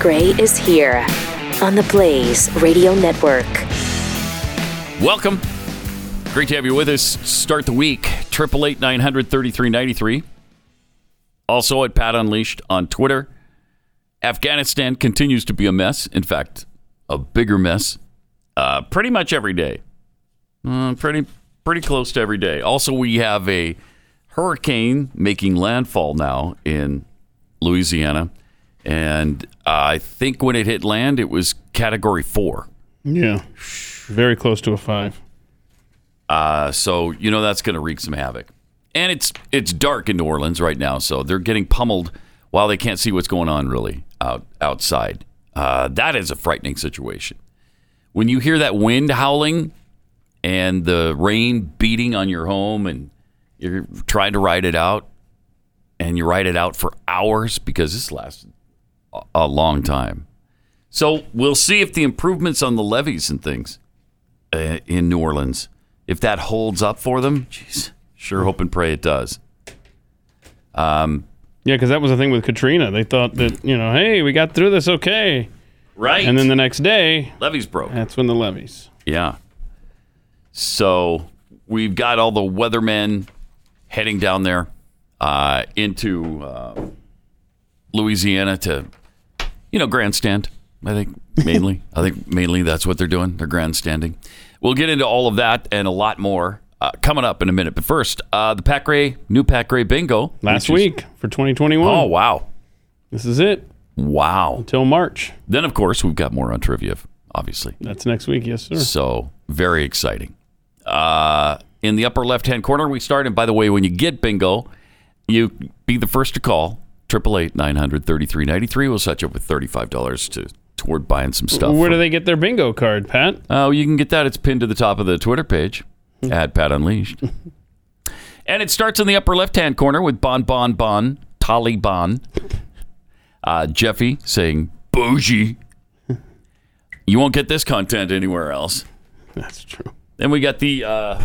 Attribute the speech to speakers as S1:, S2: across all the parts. S1: Gray is here on the Blaze Radio Network.
S2: Welcome. Great to have you with us. Start the week, 888 900 3393. Also at Pat Unleashed on Twitter. Afghanistan continues to be a mess. In fact, a bigger mess uh, pretty much every day. Uh, pretty, pretty close to every day. Also, we have a hurricane making landfall now in Louisiana. And uh, I think when it hit land, it was category four.
S3: Yeah. Very close to a five.
S2: Uh, so you know that's going to wreak some havoc. And it's it's dark in New Orleans right now, so they're getting pummeled while they can't see what's going on really out outside. Uh, that is a frightening situation. When you hear that wind howling and the rain beating on your home, and you're trying to ride it out, and you ride it out for hours because this lasts a- a long time. So we'll see if the improvements on the levees and things uh, in New Orleans. If that holds up for them, jeez, sure hope and pray it does. Um,
S3: Yeah, because that was the thing with Katrina. They thought that, you know, hey, we got through this okay.
S2: Right.
S3: And then the next day,
S2: levees broke.
S3: that's when the levees.
S2: Yeah. So we've got all the weathermen heading down there uh, into uh, Louisiana to, you know, grandstand. I think mainly. I think mainly that's what they're doing. They're grandstanding. We'll get into all of that and a lot more uh, coming up in a minute. But first, uh, the Pack Ray, new Pack Ray bingo.
S3: Last
S2: which is-
S3: week for 2021.
S2: Oh, wow.
S3: This is it
S2: Wow.
S3: till March.
S2: Then, of course, we've got more on trivia, obviously.
S3: That's next week. Yes, sir.
S2: So very exciting. Uh, in the upper left hand corner, we start. And by the way, when you get bingo, you be the first to call. 888-900-3393 will set you up with $35 to toward buying some stuff.
S3: Where do
S2: from-
S3: they get their bingo card, Pat?
S2: Oh, you can get that. It's pinned to the top of the Twitter page
S3: Hmm.
S2: at Pat Unleashed. and it starts in the upper left hand corner with Bon Bon Bon, Taliban. Uh, Jeffy saying, bougie. You won't get this content anywhere else.
S3: That's true.
S2: Then we got the uh,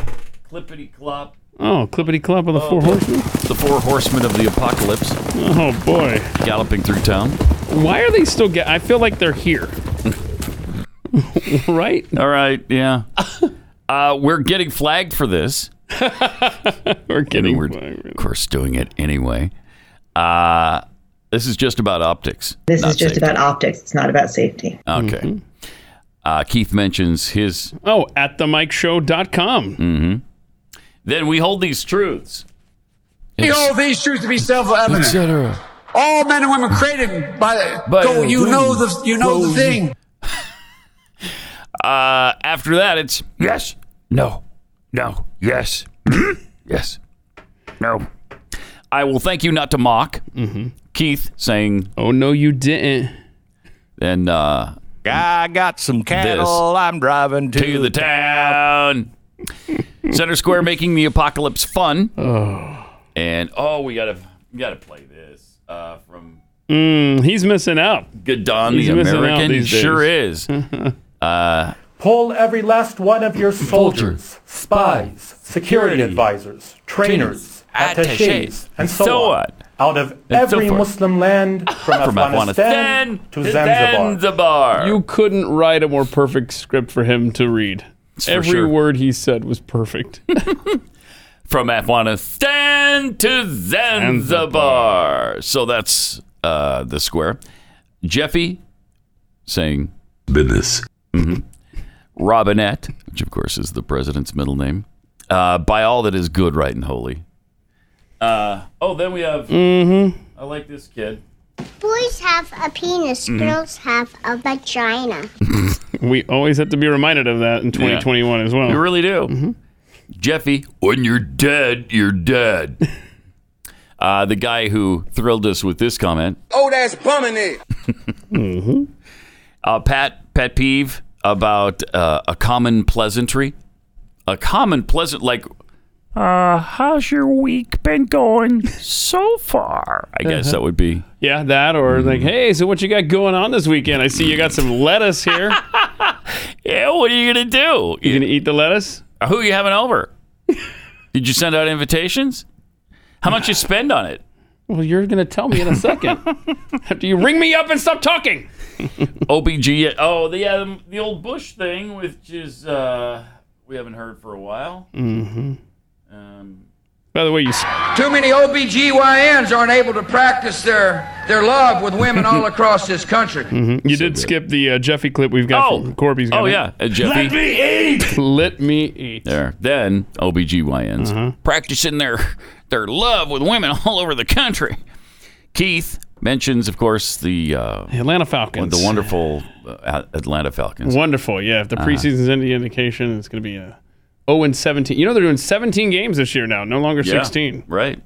S2: clippity clop,
S3: Oh, clippity clop of the four horsemen.
S2: the four horsemen of the apocalypse
S3: Oh boy,
S2: galloping through town.
S3: why are they still? Get- I feel like they're here. right?
S2: All right, yeah. Uh, we're getting flagged for this.
S3: We're getting.
S2: We're, of course, doing it anyway. Uh, this is just about optics.
S4: This
S2: not
S4: is just
S2: safety.
S4: about optics. It's not about safety.
S2: Okay.
S3: Mm-hmm.
S2: Uh, Keith mentions his. mm-hmm.
S3: Oh, at themikeshow.com.
S2: Then we hold these truths.
S5: Behold these truths to be self-evident.
S2: Etc.
S5: All men and women created by.
S2: By
S5: go,
S2: a
S5: you
S2: woman.
S5: know the you know the thing.
S2: Uh, after that, it's yes, no, no, yes, yes, no. I will thank you not to mock. Keith saying,
S3: Mm-hmm. Oh no, you didn't.
S2: and uh,
S6: I got some cattle I'm driving to.
S2: to the town. Center Square making the apocalypse fun.
S3: Oh.
S2: And oh, we gotta we gotta play this uh, from
S3: Mm, he's missing out.
S2: Gadon
S3: He's
S2: the
S3: missing out
S2: American.
S3: these days.
S2: Sure is. Uh,
S7: Pull every last one of your soldiers, spies, security advisors, trainers,
S2: attaches,
S7: attaches, and so,
S2: so
S7: on,
S2: on.
S7: out of
S2: And so
S7: every
S2: forth.
S7: Muslim land from,
S2: From
S7: Afghanistan,
S2: Afghanistan
S7: to Zanzibar.
S2: Zanzibar.
S3: You couldn't write a more perfect script for him to read.
S2: for
S3: Every
S2: sure.
S3: word he said was perfect.
S2: from Afghanistan to Zanzibar. So that's uh, the square. Jeffy saying business. hmm Robinette, which of course is the president's middle name, uh, by all that is good, right, and holy. Uh, oh, then we have.
S3: Mm-hmm.
S2: I like this kid.
S8: Boys have a penis, girls have a vagina.
S3: we always have to be reminded of that in 2021 as well.
S2: We really do. Jeffy, when you're dead, you're dead. uh, the guy who thrilled us with this comment
S5: Oh, that's bumming it.
S2: Mm-hmm. uh, Pat pet peeve about uh, a common pleasantry, a common pleasant like. Uh, how's your week been going so far? I
S3: Uh-huh.
S2: guess that would be.
S3: Yeah, that or
S2: Mm-hmm.
S3: like, hey, so what you got going on this weekend? I see you got some lettuce here.
S2: Yeah, what are you gonna do? Uh,
S3: You gonna eat the lettuce?
S2: Who are you having over? Did you send out invitations? How much you spend on it?
S3: Well, you're going to tell me in a second. After you ring me up and stop talking.
S2: OBG. Oh, the um, the old Bush thing, which is uh, we haven't heard for a while.
S3: Mm-hmm.
S2: Um,
S3: By the way, you. s-
S9: Too many OBGYNs aren't able to practice their, their love with women all across this country.
S3: Mhm. You did skip the uh, Jeffy clip we've got from Corby's.
S2: oh, yeah, uh, Jeffy. Let
S3: me eat. Let me eat.
S2: there. Then OBGYNs
S3: Mm-hmm.
S2: practicing their their love with women all over the country. Keith mentions, of course, the uh,
S3: Atlanta Falcons.
S2: the wonderful uh, Atlanta Falcons.
S3: Wonderful. Yeah. If the
S2: Uh-huh.
S3: preseason's any indication, it's going to be a 0 and 17. You know, they're doing 17 games this year now, no longer
S2: Yeah,
S3: 16.
S2: right.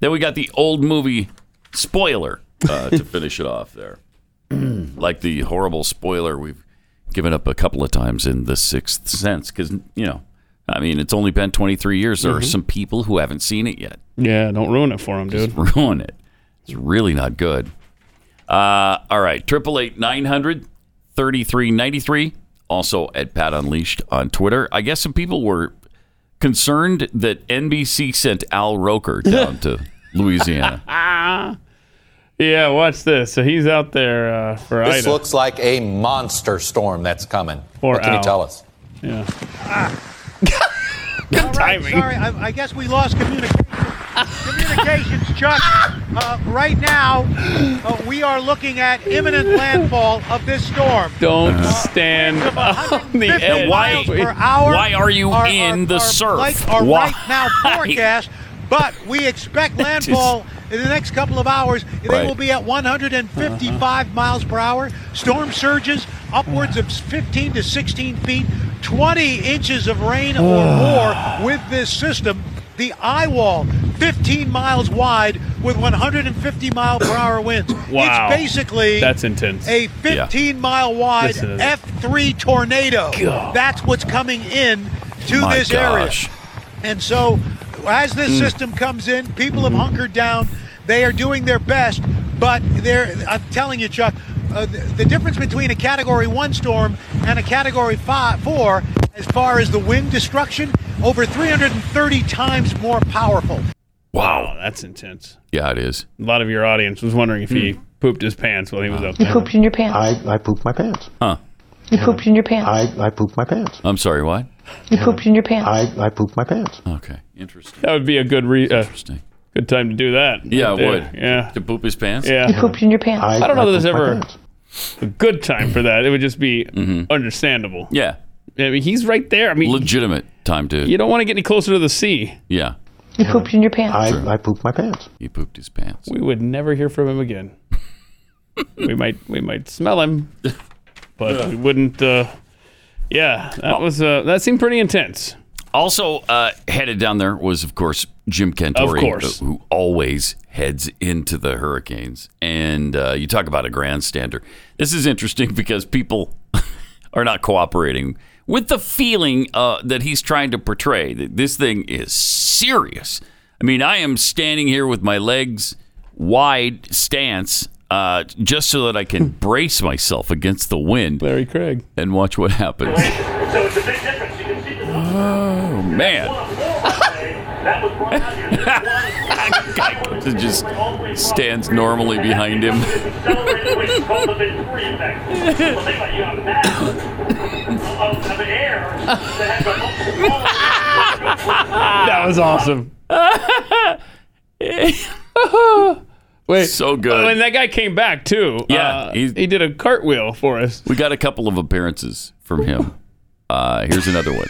S2: Then we got the old movie spoiler uh, to finish it off there. like the horrible spoiler we've given up a couple of times in The Sixth Sense because, you know, I mean, it's only been 23 years. There are
S3: Mhm.
S2: some people who haven't seen it yet.
S3: Yeah. Don't ruin it for them, dude.
S2: Just ruin it. It's really not good. Uh, all right, triple eight nine hundred thirty three ninety three. Also at Pat Unleashed on Twitter. I guess some people were concerned that NBC sent Al Roker down to Louisiana.
S3: Ah. Yeah. Watch this. So he's out there uh, for
S10: This
S3: Ida.
S10: looks like a monster storm that's coming.
S3: Poor
S10: what can
S3: Al.
S10: you tell us?
S3: yeah.
S11: Sorry, I, I guess we lost communication. Communications, Chuck. Uh, right now, uh, we are looking at imminent landfall of this storm.
S3: Don't
S2: Uh-huh.
S3: stand on the edge.
S11: And why, per hour
S2: why are you
S11: are-
S2: in the
S11: are,
S2: surf?
S11: Like our
S2: Why?
S11: right now forecast, but we expect landfall in the next couple of hours. They
S2: Right.
S11: will be at 155 miles per hour. Storm surges upwards of 15 to 16 feet, 20 inches of rain or more with this system. The eye wall, 15 miles wide with 150 mile per hour winds.
S3: Wow.
S11: It's basically
S3: That's intense.
S11: a 15 mile wide
S3: Listen to this.
S11: F3 tornado.
S3: God.
S11: That's what's coming in to
S2: My
S11: this
S2: gosh.
S11: area. And so, as this
S2: Mm.
S11: system comes in, people have hunkered down. They are doing their best, but they're, I'm telling you, Chuck, uh, the, the difference between a Category 1 storm and a Category five, 4, as far as the wind destruction, over 330 times more powerful.
S3: Wow. Oh, That's intense.
S2: yeah, it is. Hmm.
S3: A lot of your audience was wondering if he pooped his pants while he was out there.
S12: pooped in your pants.
S2: I pooped my pants. Huh.
S12: you pooped in your pants.
S2: I pooped my pants. I'm sorry, what?
S12: you pooped in your pants.
S2: I pooped my pants. Okay. Interesting.
S3: That would be a good re- uh, good time to do that.
S2: Yeah,
S3: Right
S2: it
S3: there.
S2: would.
S3: Yeah.
S2: To poop his pants?
S3: Yeah.
S12: You pooped in your pants.
S3: I, don't know that there's ever a good time for that. It would just be understandable.
S2: Mm-hmm. Yeah.
S3: I mean, he's right there. I mean,
S2: Legitimate time to.
S3: you don't want to get any closer to the sea.
S2: Yeah.
S12: You pooped in your pants.
S2: True.
S13: I pooped my pants.
S2: He pooped his pants.
S3: We would never hear from him again. we might we might smell him, but we wouldn't. Uh, yeah, that was uh, that seemed pretty intense.
S2: Also uh, headed down there was, of course, Jim Cantori,
S3: Of course.
S2: who always heads into the hurricanes. And uh, you talk about a grandstander. This is interesting because people are not cooperating with the feeling uh, that he's trying to portray that this thing is serious. I mean, I am standing here with my legs wide stance uh, just so that I can brace myself against the wind.
S3: Larry Craig.
S2: And watch what happens.
S14: So it's a big difference. You can see the
S2: Oh, man.
S14: that was brought out here.
S2: It just stands normally behind him.
S14: Accelerated which is called the Venturi effect. So think about it, you have a mass of, of air that has a much smaller
S3: that was awesome. Wait,
S2: so good.
S3: Oh, and that guy came back too.
S2: Yeah,
S3: Uh, he did a cartwheel for us.
S2: We got a couple of appearances from him. Uh, here's another one.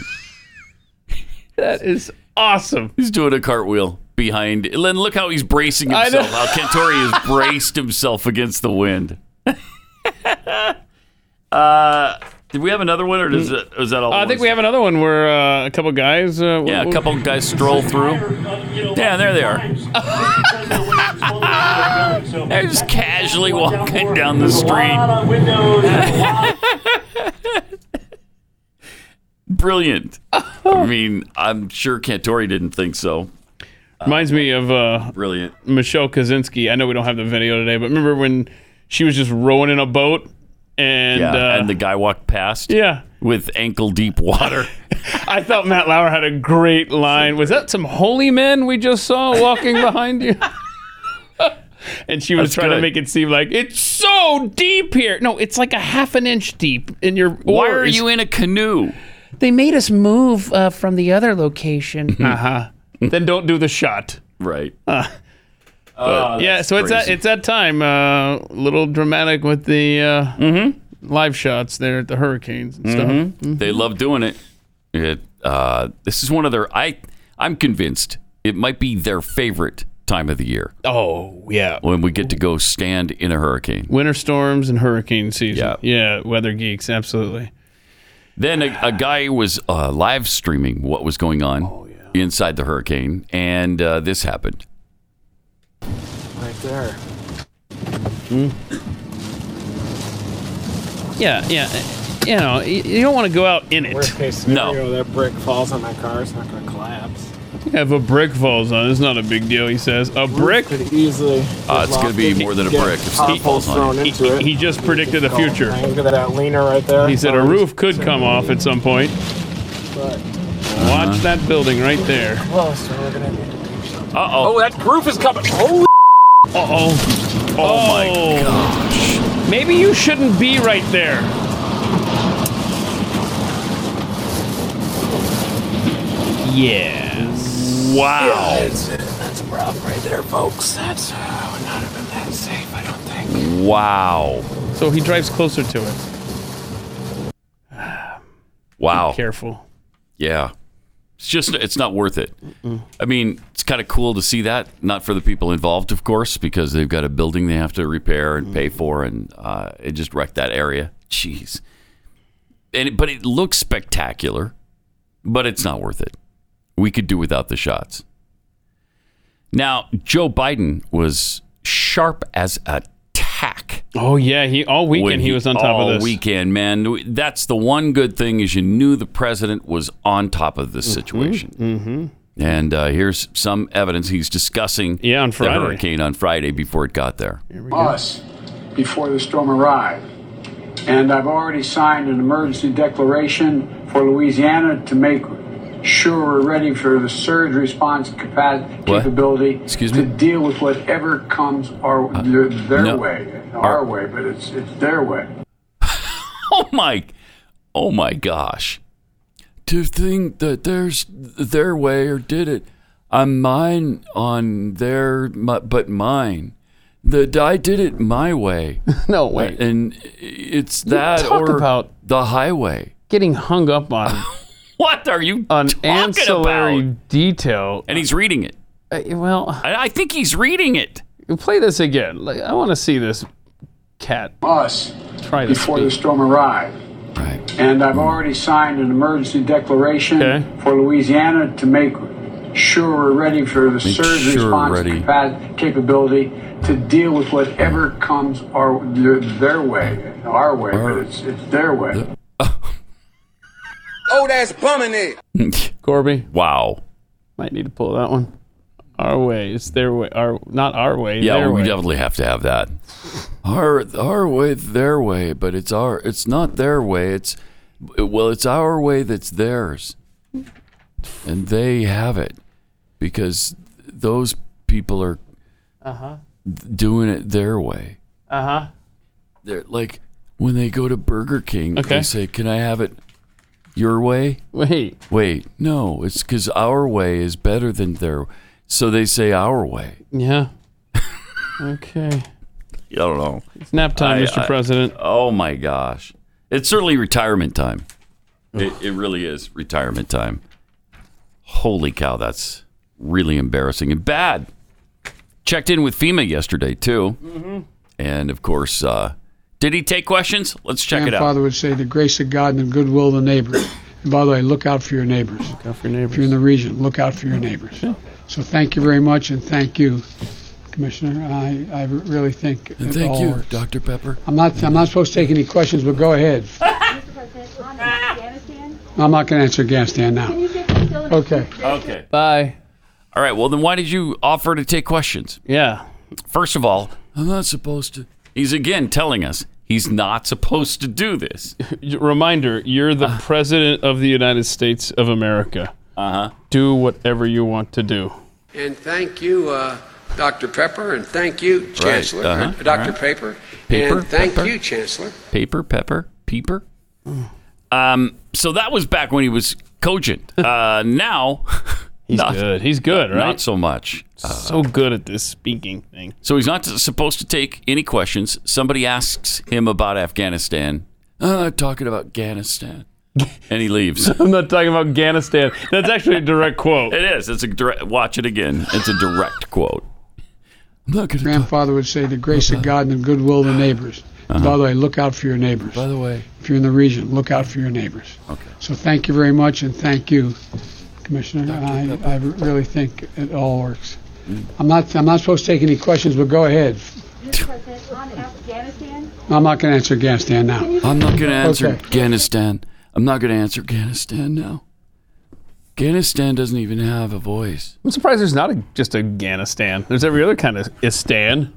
S3: That is awesome.
S2: He's doing a cartwheel behind. And then look how he's bracing
S3: I know.
S2: himself. How Kentori has braced himself against the wind. uh, did we have another one, or does that, is that all?
S3: Uh, I think we have another one where uh, a couple guys. Uh,
S2: Yeah, a couple guys stroll through. Yeah, there they are. They're just casually walking down the street. Brilliant. I mean, I'm sure Cantori didn't think so. Uh,
S3: Reminds me of uh,
S2: brilliant
S3: Michelle Kaczynski. I know we don't have the video today, but remember when she was just rowing in a boat and
S2: yeah,
S3: uh,
S2: and the guy walked past.
S3: Yeah.
S2: With ankle deep water.
S3: I thought Matt Lauer had a great line. Was that some holy men we just saw walking behind you? and she was
S2: That's
S3: trying
S2: good.
S3: to make it seem like it's so deep here. No, it's like a half an inch deep in your.
S2: Why are you in a canoe?
S3: They made us move uh, from the other location. uh huh. Then don't do the shot.
S2: Mm. Right.
S3: Uh,
S2: Uh,
S3: yeah,
S2: that's
S3: so it's that
S2: crazy.
S3: it's that time. uh, little dramatic with the uh, live shots there at the hurricanes and stuff. Mm-hmm.
S2: Mhm. They love doing it. It uh, this is one of their I I'm convinced it might be their favorite time of the year.
S3: Oh yeah,
S2: when we get to go stand in a hurricane.
S3: Winter storms and hurricane season. Yeah, weather geeks, absolutely.
S2: Then a, a guy was uh, live streaming what was going on
S3: Oh,
S2: inside the hurricane, and uh, this happened.
S13: Right there.
S3: Hmm. Yeah, yeah. You know, you, you don't want to go out in it.
S13: Worst case scenario, that brick falls on my car. It's not going to collapse.
S3: Yeah, if a brick falls on, it's not a big deal. He says a brick.
S13: Could easily.
S3: Ah, it's gonna be
S13: lofted.
S3: more than a
S13: Get
S3: brick if
S13: power
S3: something
S13: poles
S3: falls on
S13: thrown
S3: it.
S13: into it.
S3: He just predicted the
S13: Call it
S3: future.
S13: nine. Look at that leaner right there.
S3: He said a roof could come off at some point.
S13: But
S3: Watch that building right there.
S13: close, or we're going to need to do something.
S2: Uh
S13: Oh, that roof is coming. Holy.
S3: Uh oh. Oh my gosh. Maybe you shouldn't be right there. Yes. Wow.
S13: that's, that's a problem right there, folks. That's uh, would not have been that safe, I don't think.
S2: Wow.
S3: So he drives closer to it.
S2: Wow.
S3: Careful.
S2: Yeah. It's just, it's not worth it. I mean, it's kind of cool to see that. Not for the people involved, of course, because they've got a building they have to repair and
S3: Mm-hmm.
S2: pay for, and uh, it just wrecked that area. Jeez. And it, but it looks spectacular, but it's not worth it. We could do without the shots. Now, Joe Biden was sharp as a tack.
S3: Oh yeah, he all weekend
S2: when
S3: he, was on top
S2: all
S3: of this.
S2: weekend, man. That's the one good thing is you knew the president was on top of this situation.
S3: Mm-hmm.
S2: And uh, here's some evidence he's discussing yeah, on
S3: Friday.
S2: the hurricane on Friday before it got there.
S15: bus before the storm arrived. And I've already signed an emergency declaration for Louisiana to make sure we're ready for the surge response capacity
S2: What?
S15: capability
S2: Excuse
S15: to
S2: me? Uh,
S15: deal with whatever comes our their, their
S2: no.
S15: way,
S2: Our-
S15: our, way, but it's it's their way.
S2: Oh my, oh my gosh! To think that there's their way or did it, I'm mine on their my, but mine. That I did it my way. Uh,
S3: no way.
S2: And it's that
S3: talk
S2: or
S3: about-
S2: the highway.
S3: Getting hung up on
S2: What are you
S3: an
S2: talking
S3: ancillary
S2: about?
S3: detail.
S2: And he's reading it.
S3: Uh, well,
S2: I, I think he's reading it.
S3: play this again. Like, I want to see this cat.
S15: Us
S3: Try to
S15: before the
S3: speak.
S15: storm arrived. And I've already signed an emergency declaration for Louisiana to make sure we're ready for the surge
S2: sure
S15: response
S2: ready.
S15: capa- capability to deal with whatever comes our their, their way, our way, but it's, it's their way.
S5: Old ass bumming it.
S3: Corby.
S2: Wow.
S3: Might need to pull that one. Our way. It's their way. Our not our way.
S2: Yeah,
S3: their
S2: we
S3: way.
S2: definitely have to have that. Our our way, their way, but it's our it's not their way. It's well, it's our way that's theirs, and they have it because those people are
S3: Uh-huh.
S2: doing it their way.
S3: Uh-huh.
S2: They're like when they go to Burger King,
S3: Okay.
S2: they say, "Can I have it your way?"
S3: Wait.
S2: wait, no, it's because our way is better than their. So they say our way.
S3: Yeah. okay.
S2: I don't know.
S3: It's nap time, Mr. President.
S2: Oh my gosh, it's certainly retirement time. It, it really is retirement time. Holy cow, that's really embarrassing and bad. Checked in with FEMA yesterday too,
S3: Mm-hmm.
S2: and of course, uh, did he take questions? Let's check it out.
S16: grandfather would say, "The grace of God and the goodwill of the neighbor." And by the way, look out for your neighbors. Look
S3: out for your neighbors.
S16: If you're in the region, look out for your neighbors. So thank you very much, and thank you, Commissioner. I, I really think it
S2: And thank
S16: all
S2: you,
S16: works.
S2: Dr. Pepper.
S16: I'm not I'm not supposed to take any questions, but go ahead. I'm not going to answer Afghanistan now. Okay.
S2: Okay.
S3: Bye.
S2: All right. Well, then why did you offer to take questions?
S3: Yeah.
S2: First of all, I'm not supposed to. He's again telling us he's not supposed to do this.
S3: Reminder, you're
S2: Uh.
S3: the president of the United States of America.
S2: Uh-huh.
S3: Do whatever you want to do.
S17: And thank you, uh, Dr. Pepper, and thank you,
S2: Right,
S17: Chancellor.
S2: uh-huh,
S17: uh, Dr.
S2: right.
S17: Paper,
S2: Paper,
S17: and thank
S2: Pepper.
S17: you, Chancellor.
S2: Paper, pepper, peeper. Um, so that was back when he was cogent. Uh, now he's
S3: good. He's good, right?
S2: Not so much. Uh,
S3: so good at this speaking thing.
S2: So he's not supposed to take any questions. Somebody asks him about Afghanistan. Uh, talking about Afghanistan, and he leaves.
S3: I'm not talking about Afghanistan. That's actually a direct quote.
S2: It is. It's a direct. Watch it again. It's a direct quote.
S16: Grandfather would say, "The grace of God and the goodwill of the neighbors." And By the way, look out for your neighbors. Uh-huh. By the way, if you're in the region, look out for your neighbors.
S2: Okay.
S16: So thank you very much, and thank you, Commissioner. I, I really think it all works. I'm not I'm not supposed to take any questions, but go ahead. I'm not going to answer Afghanistan now.
S2: I'm not going to answer
S16: Okay.
S2: Afghanistan. I'm not going to answer Afghanistan now. Afghanistan doesn't even have a voice.
S3: I'm surprised there's not a, just Afghanistan. There's every other kind of Istan.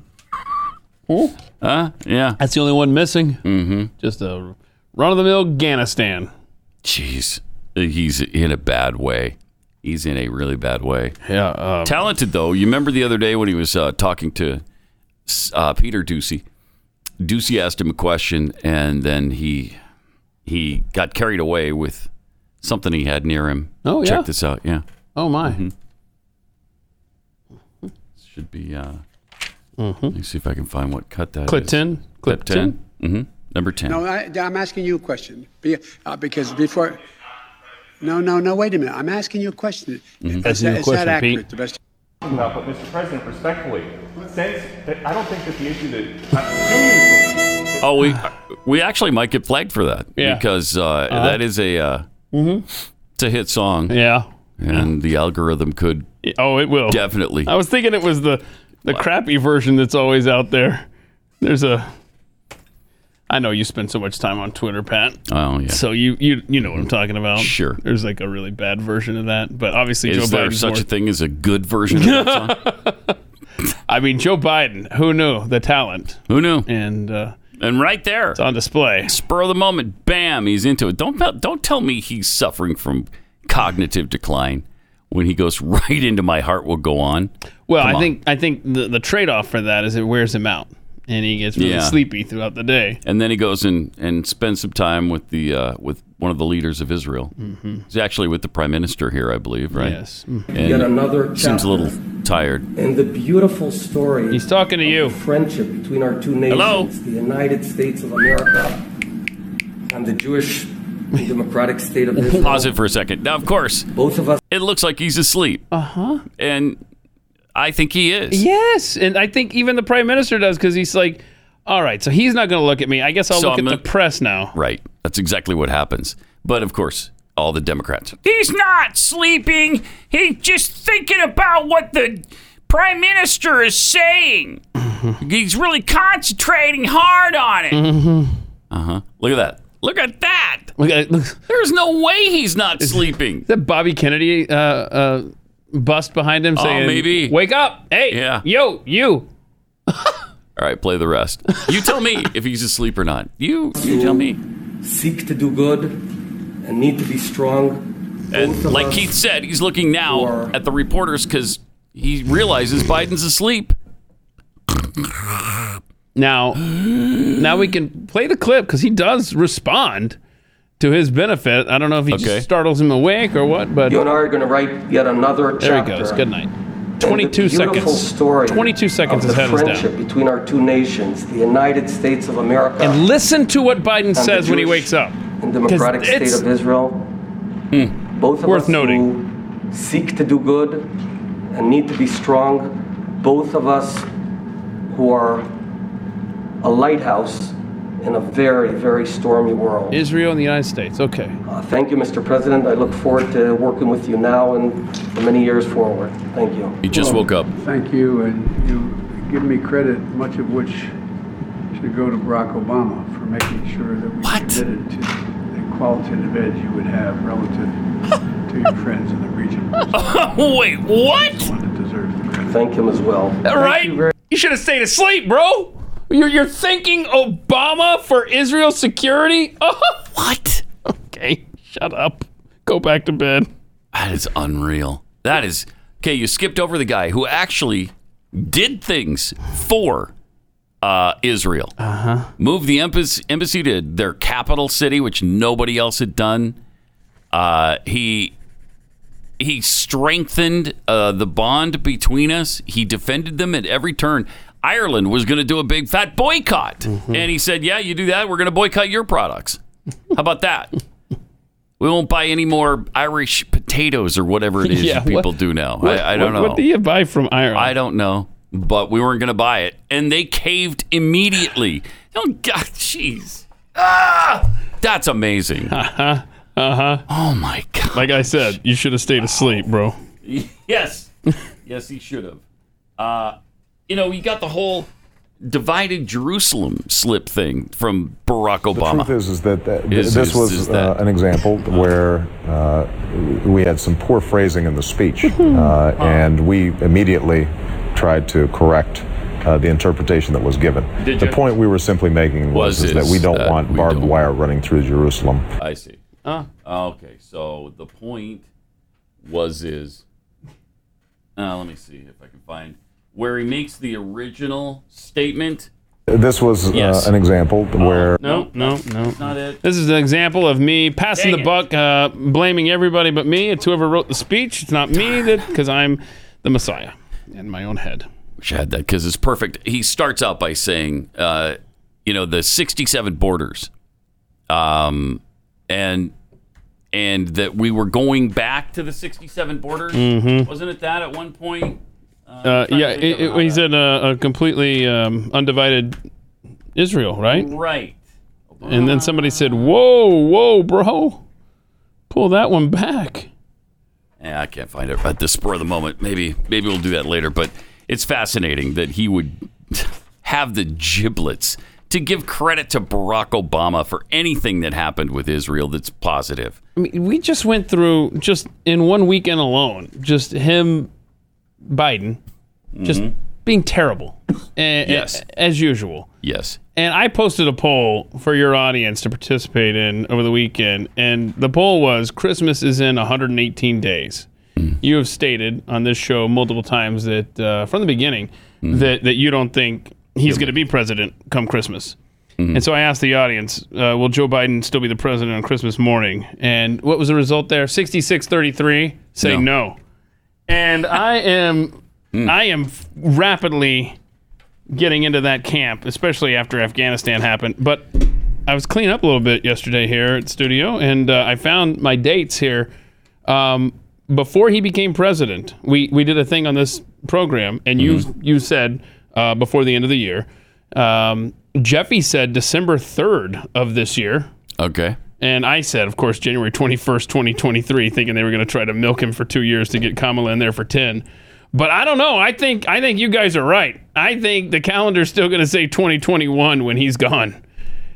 S3: Oh,
S2: uh, yeah.
S3: That's the only one missing. Mm-hmm. Just a run-of-the-mill Afghanistan.
S2: Jeez, he's in a bad way. He's in a really bad way.
S3: Yeah. um,
S2: Talented though. You remember the other day when he was uh, talking to uh, Peter Ducey. Ducey asked him a question, and then he he got carried away with something he had near him.
S3: Oh, yeah?
S2: Check this out. Yeah.
S3: Oh my.
S2: Mm-hmm. Should be. Uh, Let me see if I can find what cut that is.
S3: Mm-hmm. Clip 10?
S2: Clip
S3: Clip
S2: 10. Mm-hmm. Number 10.
S18: No, I, I'm asking you a question Be- uh, because before. No, no, no. Wait a minute. I'm asking you a question.
S2: Mhm.
S18: Is
S2: Asking you
S18: that-
S2: a
S18: is that
S2: question, Pete.
S18: accurate? The best.
S19: about, but Mr. President, respectfully, since that I don't think that the issue that I do think
S2: Oh, we we actually might get flagged for that
S19: Yeah.
S2: because uh,
S19: Uh-huh.
S2: that is a uh, it's a hit song.
S3: Mm-hmm. Yeah,
S2: and the algorithm could
S3: Oh, it will
S2: definitely.
S3: I was thinking it was the the crappy version that's always out there. There's a. I know you spend so much time on Twitter, Pat.
S2: Oh yeah.
S3: So you you you know what I'm talking about.
S2: Sure.
S3: There's like a really bad version of that, but obviously
S2: is
S3: Joe
S2: there
S3: Biden's
S2: such
S3: more-
S2: a thing as a good version? of that song?
S3: I mean, Joe Biden. Who knew the talent?
S2: Who knew?
S3: And uh,
S2: and right there, it's
S3: on display.
S2: Spur of the moment, bam, he's into it. Don't don't tell me he's suffering from cognitive decline when he goes right into my heart will go on.
S3: Well,
S2: Come
S3: I
S2: on.
S3: think I think the the trade off for that is it wears him out, and he gets really
S2: Yeah.
S3: sleepy throughout the day.
S2: and then he goes and and spends some time with the uh, with one of the leaders of Israel.
S3: Mhm.
S2: He's actually with the prime minister here, I believe, right?
S3: Yes. Mhm.
S2: And
S20: Yet another
S2: seems a
S20: chapter.
S2: little tired.
S20: And the beautiful story.
S3: He's talking to you.
S20: Friendship between our two nations,
S3: Hello?
S20: the United States of America and the Jewish Democratic State of Israel.
S2: Pause it for a second. Now, of course,
S20: both of us.
S2: It looks like he's asleep,
S3: Uh huh.
S2: and I think he is.
S3: Yes, and I think even the prime minister does because he's like, all right, so he's not going to look at me. I guess I'll
S2: So
S3: look
S2: I'm
S3: at
S2: gonna-
S3: the press now.
S2: Right. That's exactly what happens. But of course, all the Democrats.
S21: He's not sleeping. He's just thinking about what the prime minister is saying. He's really concentrating hard on it.
S2: Uh huh. Look at that. Look at that.
S3: Look, at- look
S2: There's no way he's not sleeping.
S3: that Bobby Kennedy uh, uh, bust behind him
S2: Oh,
S3: saying,
S2: maybe.
S3: wake up, hey,
S2: Yeah.
S3: yo, you."
S2: All right, play the rest. You tell me if he's asleep or not. You you tell me.
S20: Seek to do good and need to be strong.
S2: And
S20: Both of
S2: like
S20: us-
S2: Keith said, he's looking now at the reporters because he realizes Biden's asleep.
S3: Now, now we can play the clip because he does respond to his benefit. I don't know if he
S20: Okay.
S3: just startles him awake or what, but
S20: You and I are going to write yet another
S3: there he
S20: chapter.
S3: goes. Good night.
S20: And the
S3: 22
S20: beautiful
S3: seconds.
S20: Story
S3: 22 seconds.
S20: of
S3: His
S20: the
S3: head is down.
S20: friendship between our two nations, the United States of America.
S3: And listen to what Biden
S20: and the
S3: says when he
S20: Jewish
S3: wakes up.
S20: and democratic
S3: 'Cause
S20: state
S3: it's-
S20: of Israel. Both of
S3: Worth
S20: us who seek to do good and need to be strong. Both of us who are a lighthouse in a very, very stormy world.
S3: Israel and the United States. Okay.
S20: Uh, Thank you, Mr. President. I look forward to working with you now and for many years forward. Thank you.
S2: He just woke up.
S18: Thank you, and you give me credit, much of which should go to Barack Obama for making sure that we committed to the qualitative edge you would have relative to your friends in the region.
S21: Wait, what?
S20: Thank him as well.
S3: Right? You, should have stayed asleep, bro. You're, you're thanking Obama for Israel's security? what? Okay, shut up. Go back to bed.
S2: That is unreal. That is okay. You skipped over the guy who actually did things for uh, Israel. Uh-huh. Moved the embassy, embassy to their capital city, which nobody else had done. Uh, he he strengthened uh, the bond between us. He defended them at every turn. Ireland was going to do a big fat boycott,
S3: Mm-hmm.
S2: and he said, "Yeah, you do that. We're going to boycott your products. How about that? we won't buy any more Irish potatoes or whatever it is
S3: Yeah,
S2: you
S3: what-
S2: people do now.
S3: what-
S2: I, I don't
S3: what-
S2: know.
S3: what do you buy from Ireland?
S2: I don't know, but we weren't going to buy it, and they caved immediately. Oh God, jeez, ah, that's amazing.
S3: Uh huh. Uh huh.
S2: Oh my god.
S3: Like I said, you should have stayed asleep, bro.
S2: Yes. yes, he should have. Uh, you know, you got the whole divided Jerusalem slip thing from Barack Obama.
S1: The truth is, is that th- th-
S2: Is-
S1: this
S2: is- Uh-huh.
S1: was
S2: is
S1: uh, an example where uh, we had some poor phrasing in the speech, uh, and we immediately tried to correct. Uh, the interpretation that was given.
S2: Did
S1: the
S2: you?
S1: point we were simply making was,
S2: Was
S1: is that
S2: is
S1: we don't
S2: that
S1: want barbed wire running through Jerusalem.
S2: I see. Okay, so the point was is uh, let me see if I can find where he makes the original statement.
S1: This was
S2: Yes. Uh-huh.
S1: uh, an example where
S3: No, no, no.
S2: not it.
S3: This is an example of me passing the buck, uh, blaming everybody but me. It's whoever wrote the speech. It's not me that because I'm the Messiah in my own head.
S2: Wish I had that because it's perfect. He starts out by saying, uh, you know, the 67 borders, um, and and that we were going back to the 67 borders.
S3: Mhm.
S2: Wasn't it that at one point?
S3: Uh, yeah, it, it, he said uh, a completely um, undivided Israel, right?
S2: Right.
S3: And then somebody said, "Whoa, whoa, bro, pull that one back."
S2: Yeah, I can't find it at the spur of the moment. Maybe maybe we'll do that later. But it's fascinating that he would have the giblets to give credit to Barack Obama for anything that happened with Israel that's positive.
S3: I mean, we just went through just in one weekend alone, just him, Biden, just
S2: Mhm.
S3: being terrible, and,
S2: Yes.
S3: as usual.
S2: Yes.
S3: And I posted a poll for your audience to participate in over the weekend, and the poll was Christmas is in 118 days.
S2: Hmm.
S3: You have stated on this show multiple times that uh, from the beginning
S2: Hmm.
S3: that, that you don't think he's going to be president come Christmas.
S2: Hmm.
S3: And so I asked the audience, uh, will Joe Biden still be the president on Christmas morning? And what was the result there? 6633 say
S2: No. Hmm.
S3: no. And I am I am f- rapidly getting into that camp, especially after Afghanistan happened. But I was cleaning up a little bit yesterday here at the studio, and uh, I found my dates here. Um, before he became president, we, we did a thing on this program, and you you said uh, before the end of the year. Um, Jeffy said December third of this year.
S2: Okay.
S3: And I said, of course, January 21st, 2023, thinking they were going to try to milk him for two years to get Kamala in there for 10. But I don't know. I think I think you guys are right. I think the calendar's still going to say 2021 when he's gone.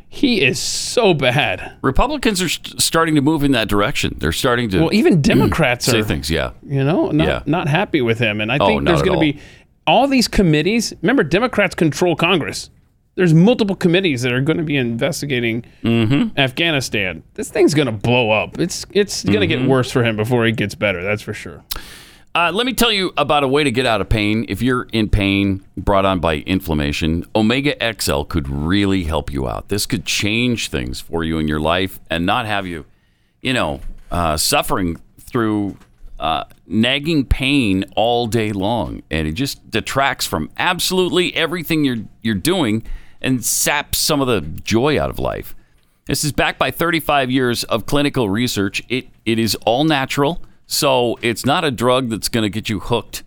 S3: He is so bad.
S2: Republicans are st- starting to move in that direction. They're starting to
S3: Well, even Democrats
S2: say
S3: are-
S2: things. Yeah.
S3: You know, not,
S2: Yeah.
S3: not happy with him. And I
S2: Oh,
S3: think
S2: not
S3: there's
S2: at
S3: going to be all these committees. Remember, Democrats control Congress. There's multiple committees that are going to be investigating
S2: Mm-hmm.
S3: Afghanistan. This thing's going to blow up. It's it's going to
S2: Mhm.
S3: get worse for him before he gets better. That's for sure.
S2: Uh, let me tell you about a way to get out of pain. If you're in pain brought on by inflammation, Omega XL could really help you out. This could change things for you in your life and not have you, you know, uh, suffering through uh, nagging pain all day long. And it just detracts from absolutely everything you're you're doing and saps some of the joy out of life. This is backed by 35 years of clinical research. It it is all natural, so it's not a drug that's going to get you hooked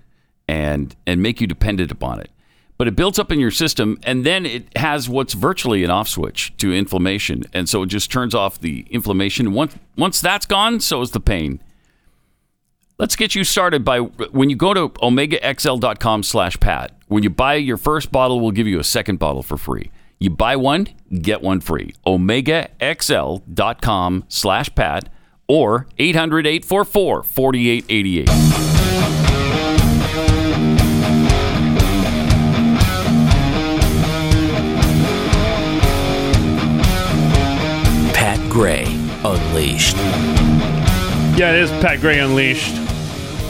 S2: and and make you dependent upon it. But it builds up in your system, and then it has what's virtually an off switch to inflammation, and so it just turns off the inflammation. Once once that's gone, so is the pain. Let's get you started by when you go to omegaxl.com slash pat. When you buy your first bottle, we'll give you a second bottle for free. You buy one, get one free. omegaxl.com slash pat or 800 844 4888.
S22: Pat Gray Unleashed.
S3: Yeah, it is Pat Gray Unleashed.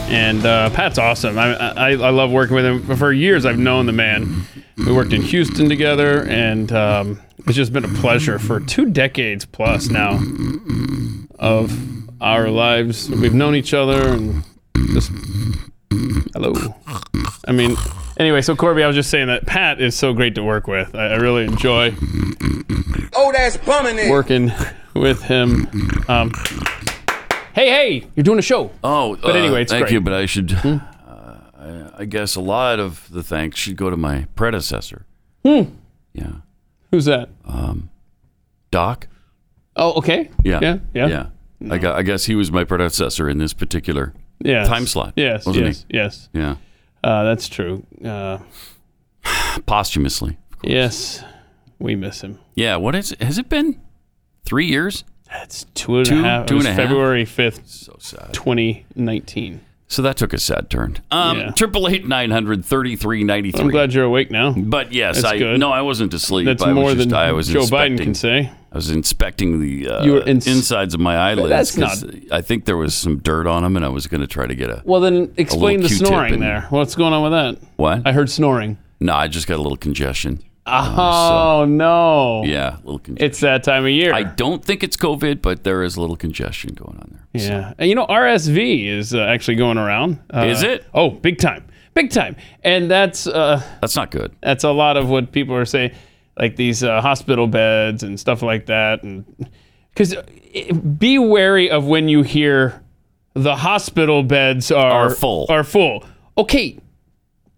S3: And uh, Pat's awesome. I, I I love working with him. For years, I've known the man. We worked in Houston together, and um, it's just been a pleasure for two decades plus now of our lives. We've known each other, and just hello. I mean, anyway. So Corby, I was just saying that Pat is so great to work with. I, I really enjoy
S5: Oh, that's bumming it.
S3: working with him. Um, hey, hey, you're doing a show.
S2: Oh,
S3: but
S2: uh,
S3: anyway, it's
S2: thank
S3: great.
S2: you. But I should, uh, I, I guess, a lot of the thanks should go to my predecessor,
S3: Hmm.
S2: Yeah.
S3: Who's that?
S2: um, Doc.
S3: Oh, okay.
S2: Yeah,
S3: Yeah. Yeah.
S2: yeah. I, gu- I guess he was my predecessor in this particular
S3: Yes.
S2: time slot.
S3: Yes,
S2: wasn't
S3: yes,
S2: he?
S3: yes.
S2: Yeah,
S3: Uh, that's true. Uh,
S2: posthumously.
S3: yes, we miss him.
S2: Yeah. What is? Has it been three years?
S3: That's two and a
S2: two,
S3: half- it
S2: Two
S3: was
S2: and a half.
S3: February fifth, twenty nineteen.
S2: So that took a sad turn. Um, triple eight nine hundred thirty three ninety three.
S3: I'm glad you're awake now.
S2: But yes,
S3: That's
S2: I
S3: good.
S2: no, I wasn't asleep.
S3: That's
S2: I
S3: more
S2: was just,
S3: than
S2: I was
S3: Joe Biden can
S2: inspecting-
S3: say.
S2: I was inspecting the uh,
S3: You were ins-
S2: insides of my eyelids.
S3: That's
S2: 'cause
S3: not-
S2: I think there was some dirt on them, and I was going to try to get a.
S3: Well, then
S2: a
S3: explain the
S2: little Q-tip
S3: snoring
S2: and-
S3: there. What's going on with that?
S2: What?
S3: I heard snoring.
S2: No, I just got a little congestion. Um,
S3: Oh no!
S2: Yeah, a little congestion.
S3: It's that time of year.
S2: I don't think it's COVID, but there is a little congestion going on there.
S3: Yeah. And you know, RSV is uh, actually going around. Uh,
S2: Is it?
S3: Oh, big time. Big time. And that's uh,
S2: that's not good.
S3: That's a lot of what people are saying, like these uh, hospital beds and stuff like that. And because be wary of when you hear the hospital beds are,
S2: Are full.
S3: Are full. Okay.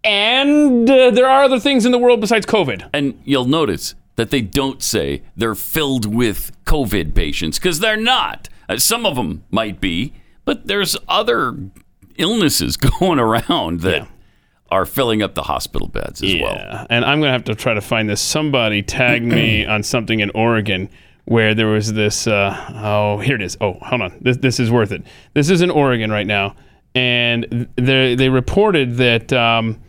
S3: And uh, there are other things in the world besides COVID.
S2: And you'll notice that they don't say they're filled with COVID patients because they're not. Uh, some of them might be, but there's other illnesses going around that are filling up the hospital beds as well.
S3: and I'm gonna have to try to find this. Somebody tagged me on something in Oregon where there was this. Uh, oh, here it is. Oh, hold on. This this is worth it. This is in Oregon right now, and they they reported that um,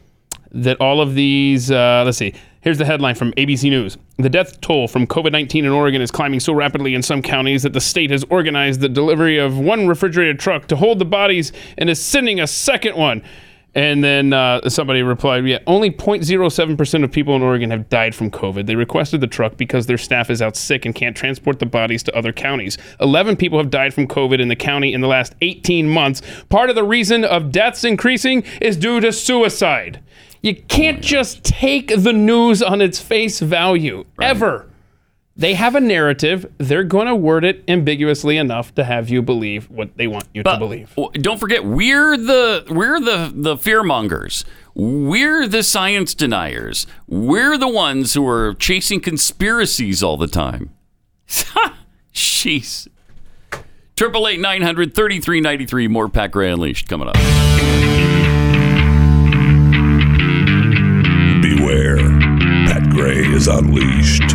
S3: that all of these. Uh, let's see. Here's the headline from ABC News. The death toll from COVID 19 in Oregon is climbing so rapidly in some counties that the state has organized the delivery of one refrigerated truck to hold the bodies and is sending a second one. And then uh, somebody replied, yeah, only 0.07% of people in Oregon have died from COVID. They requested the truck because their staff is out sick and can't transport the bodies to other counties. 11 people have died from COVID in the county in the last 18 months. Part of the reason of deaths increasing is due to suicide. You can't just take the news on its face value, ever. They have a narrative. They're going to word it ambiguously enough to have you believe what they want you to believe.
S2: Well, Don't forget, we're the we're the the fear mongers. We're the science deniers. We're the ones who are chasing conspiracies all the time. Jeez. Triple eight nine hundred thirty three ninety three. More Pat Gray Unleashed coming up.
S4: Beware. Pat Gray is unleashed.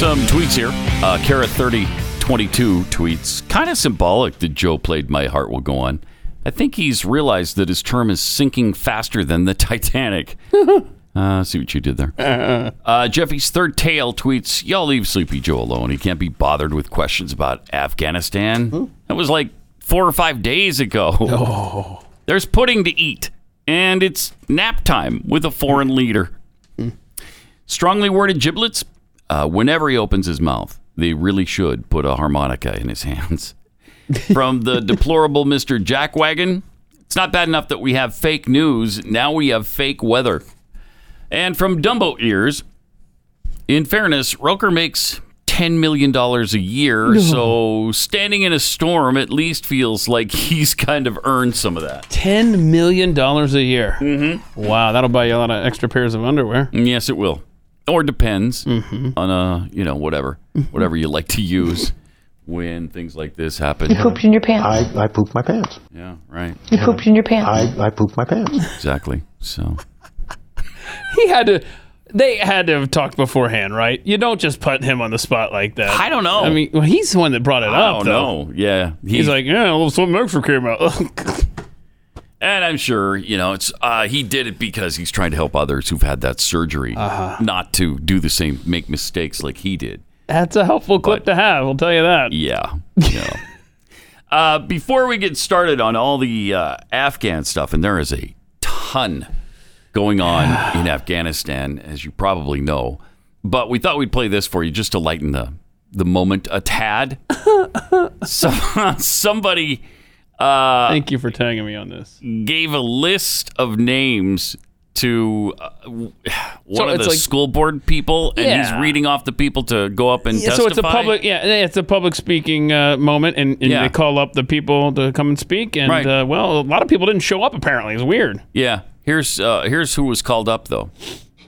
S2: Some tweets here. Uh, Kara thirty twenty two tweets. Kind of symbolic that Joe played "My Heart Will Go On." I think he's realized that his term is sinking faster than the Titanic. Uh, see what you did there. Uh, Jeffy's third tail tweets, "Y'all leave Sleepy Joe alone. He can't be bothered with questions about Afghanistan. That was like four or five days ago. There's pudding to eat, and it's nap time with a foreign leader. Strongly worded giblets. Uh, whenever he opens his mouth, they really should put a harmonica in his hands." From the deplorable Mister Jackwagon. It's not bad enough that we have fake news. Now we have fake weather. And from Dumbo Ears, in fairness, Roker makes $10 million a year,
S3: No.
S2: so standing in a storm at least feels like he's kind of earned some of that.
S3: Ten million dollars a year. Mm-hmm. Wow, that'll buy you a lot of extra pairs of underwear.
S2: And yes, it will. Or depends on, uh, you know, whatever, whatever you like to use when things like this happen.
S12: You pooped in your pants.
S2: I poop my pants. Yeah, right.
S12: You pooped in your pants.
S2: I poop my pants. Exactly. So.
S3: He had to. They had to have talked beforehand, right? You don't just put him on the spot like that. I
S2: don't know.
S3: I mean, well, he's the one that brought it
S2: I
S3: up.
S2: don't
S3: though.
S2: know. Oh, Yeah, he-
S3: he's like, yeah, well, something extra came out.
S2: And I'm sure you know it's uh, he did it because he's trying to help others who've had that surgery
S3: Uh-huh.
S2: not to do the same, make mistakes like he did.
S3: That's a helpful clip to have. I'll tell you that.
S2: Yeah, yeah. Uh, before we get started on all the uh, Afghan stuff, and there is a ton going on in Afghanistan, as you probably know, but we thought we'd play this for you just to lighten the the moment a tad. Some, somebody. Uh,
S3: Thank you for tagging me on this.
S2: Gave a list of names to uh, w- one
S3: So
S2: of
S3: it's
S2: the
S3: like-
S2: school board people, and
S3: Yeah.
S2: he's reading off the people to go up and
S3: Yeah,
S2: testify.
S3: so it's a public, yeah, it's a public speaking uh, moment, and, and
S2: Yeah.
S3: they call up the people to come and speak. And
S2: Right.
S3: uh, well, a lot of people didn't show up. Apparently, it's weird.
S2: Yeah. Here's uh, here's who was called up though.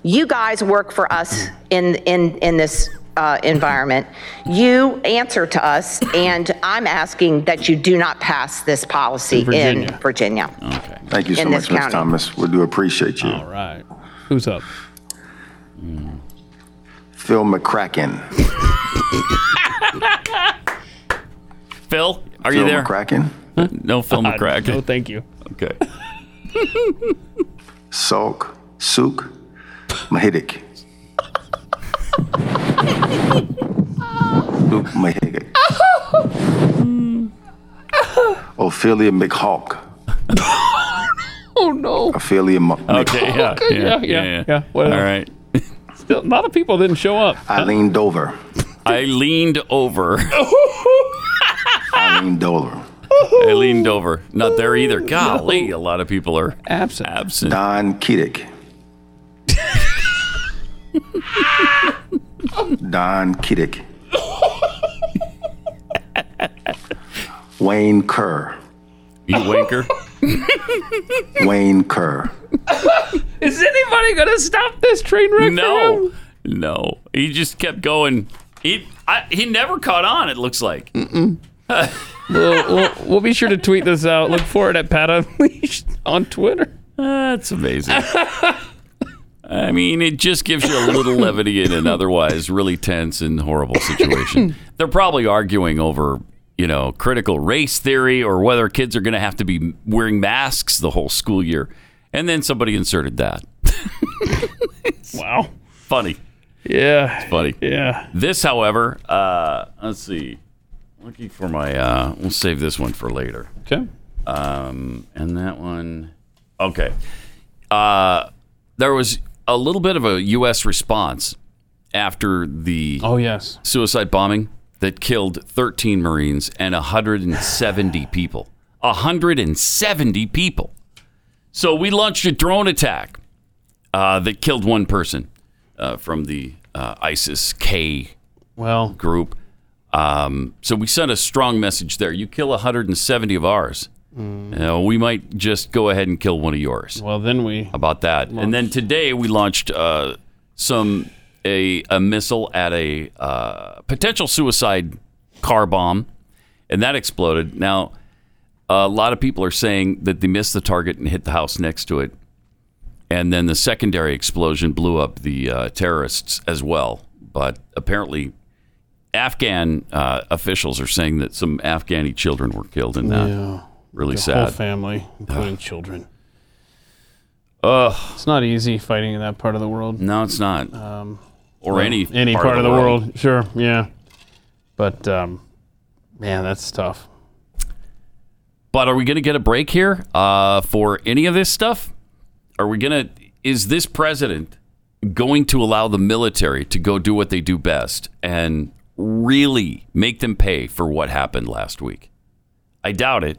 S6: You guys work for us in, in, in this uh, environment. You answer to us, and I'm asking that you do not pass this policy in
S22: Virginia.
S6: Virginia.
S22: Thank you so
S6: In
S22: much,
S6: this
S22: Ms.
S6: county.
S22: Thomas. We do appreciate you. All
S3: right. Who's up?
S22: Phil McCracken.
S2: Phil, are
S22: Phil
S2: you there?
S22: McCracken.
S2: No, Phil McCracken.
S3: No, thank you.
S2: Okay.
S22: Salk. Suk. Mahidic. Luke Mahidic. Ophelia McHawk.
S3: Oh no.
S22: Ophelia Mc- McHawk.
S2: Okay, yeah,
S3: Okay, yeah, yeah, yeah,
S2: All
S3: whatever.
S2: right.
S3: Uh, Still, a lot of people didn't show up.
S22: Eileen Dover.
S2: I leaned over.
S22: Eileen Dover.
S2: I leaned over. Not there either. Golly, a lot of people are
S3: absent.
S2: Absent.
S22: Don Kiddick. Don Kiddick. Wayne Kerr.
S2: You wanker.
S22: Wayne Kerr.
S3: Is anybody gonna stop this train wreck?
S2: No, no. He just kept going. He I, he never caught on. It looks like.
S3: Mm-mm. we'll, we'll, we'll be sure to tweet this out. Look for it at Pat Unleashed on Twitter.
S2: That's amazing. I mean, it just gives you a little levity in an otherwise really tense and horrible situation. They're probably arguing over, you know, critical race theory or whether kids are going to have to be wearing masks the whole school year. And then somebody inserted that.
S3: wow.
S2: Funny.
S3: Yeah.
S2: It's funny.
S3: Yeah.
S2: This, however, uh, let's see. Looking for my. Uh, we'll save this one for later.
S3: Okay.
S2: Um, and that one. Okay. Uh, there was a little bit of a U.S. response after the
S3: Oh, yes.
S2: suicide bombing that killed 13 Marines and 170 people. 170 people. So we launched a drone attack uh, that killed one person uh, from the uh, ISIS K
S3: Well.
S2: group. Um, so we sent a strong message there. You kill 170 of ours, you know, we might just go ahead and kill one of yours.
S3: Mm. Well, then we
S2: about that, and then today we launched uh, some a a missile at a uh, potential suicide car bomb, and that exploded. Now, a lot of people are saying that they missed the target and hit the house next to it, and then the secondary explosion blew up the uh, terrorists as well. But apparently, Afghan uh, officials are saying that some Afghani children were killed in that.
S3: Yeah.
S2: Really
S3: The
S2: sad.
S3: Whole family, including children. Ugh. It's not easy fighting in that part of the world.
S2: No, it's not.
S3: Um,
S2: Or
S3: well,
S2: any
S3: any
S2: part
S3: part,
S2: of
S3: of
S2: the
S3: the world. Sure. Yeah. But um, man, that's tough.
S2: But are we going to get a break here uh, for any of this stuff? Are we going to? Is this president going to allow the military to go do what they do best and really make them pay for what happened last week? I doubt it.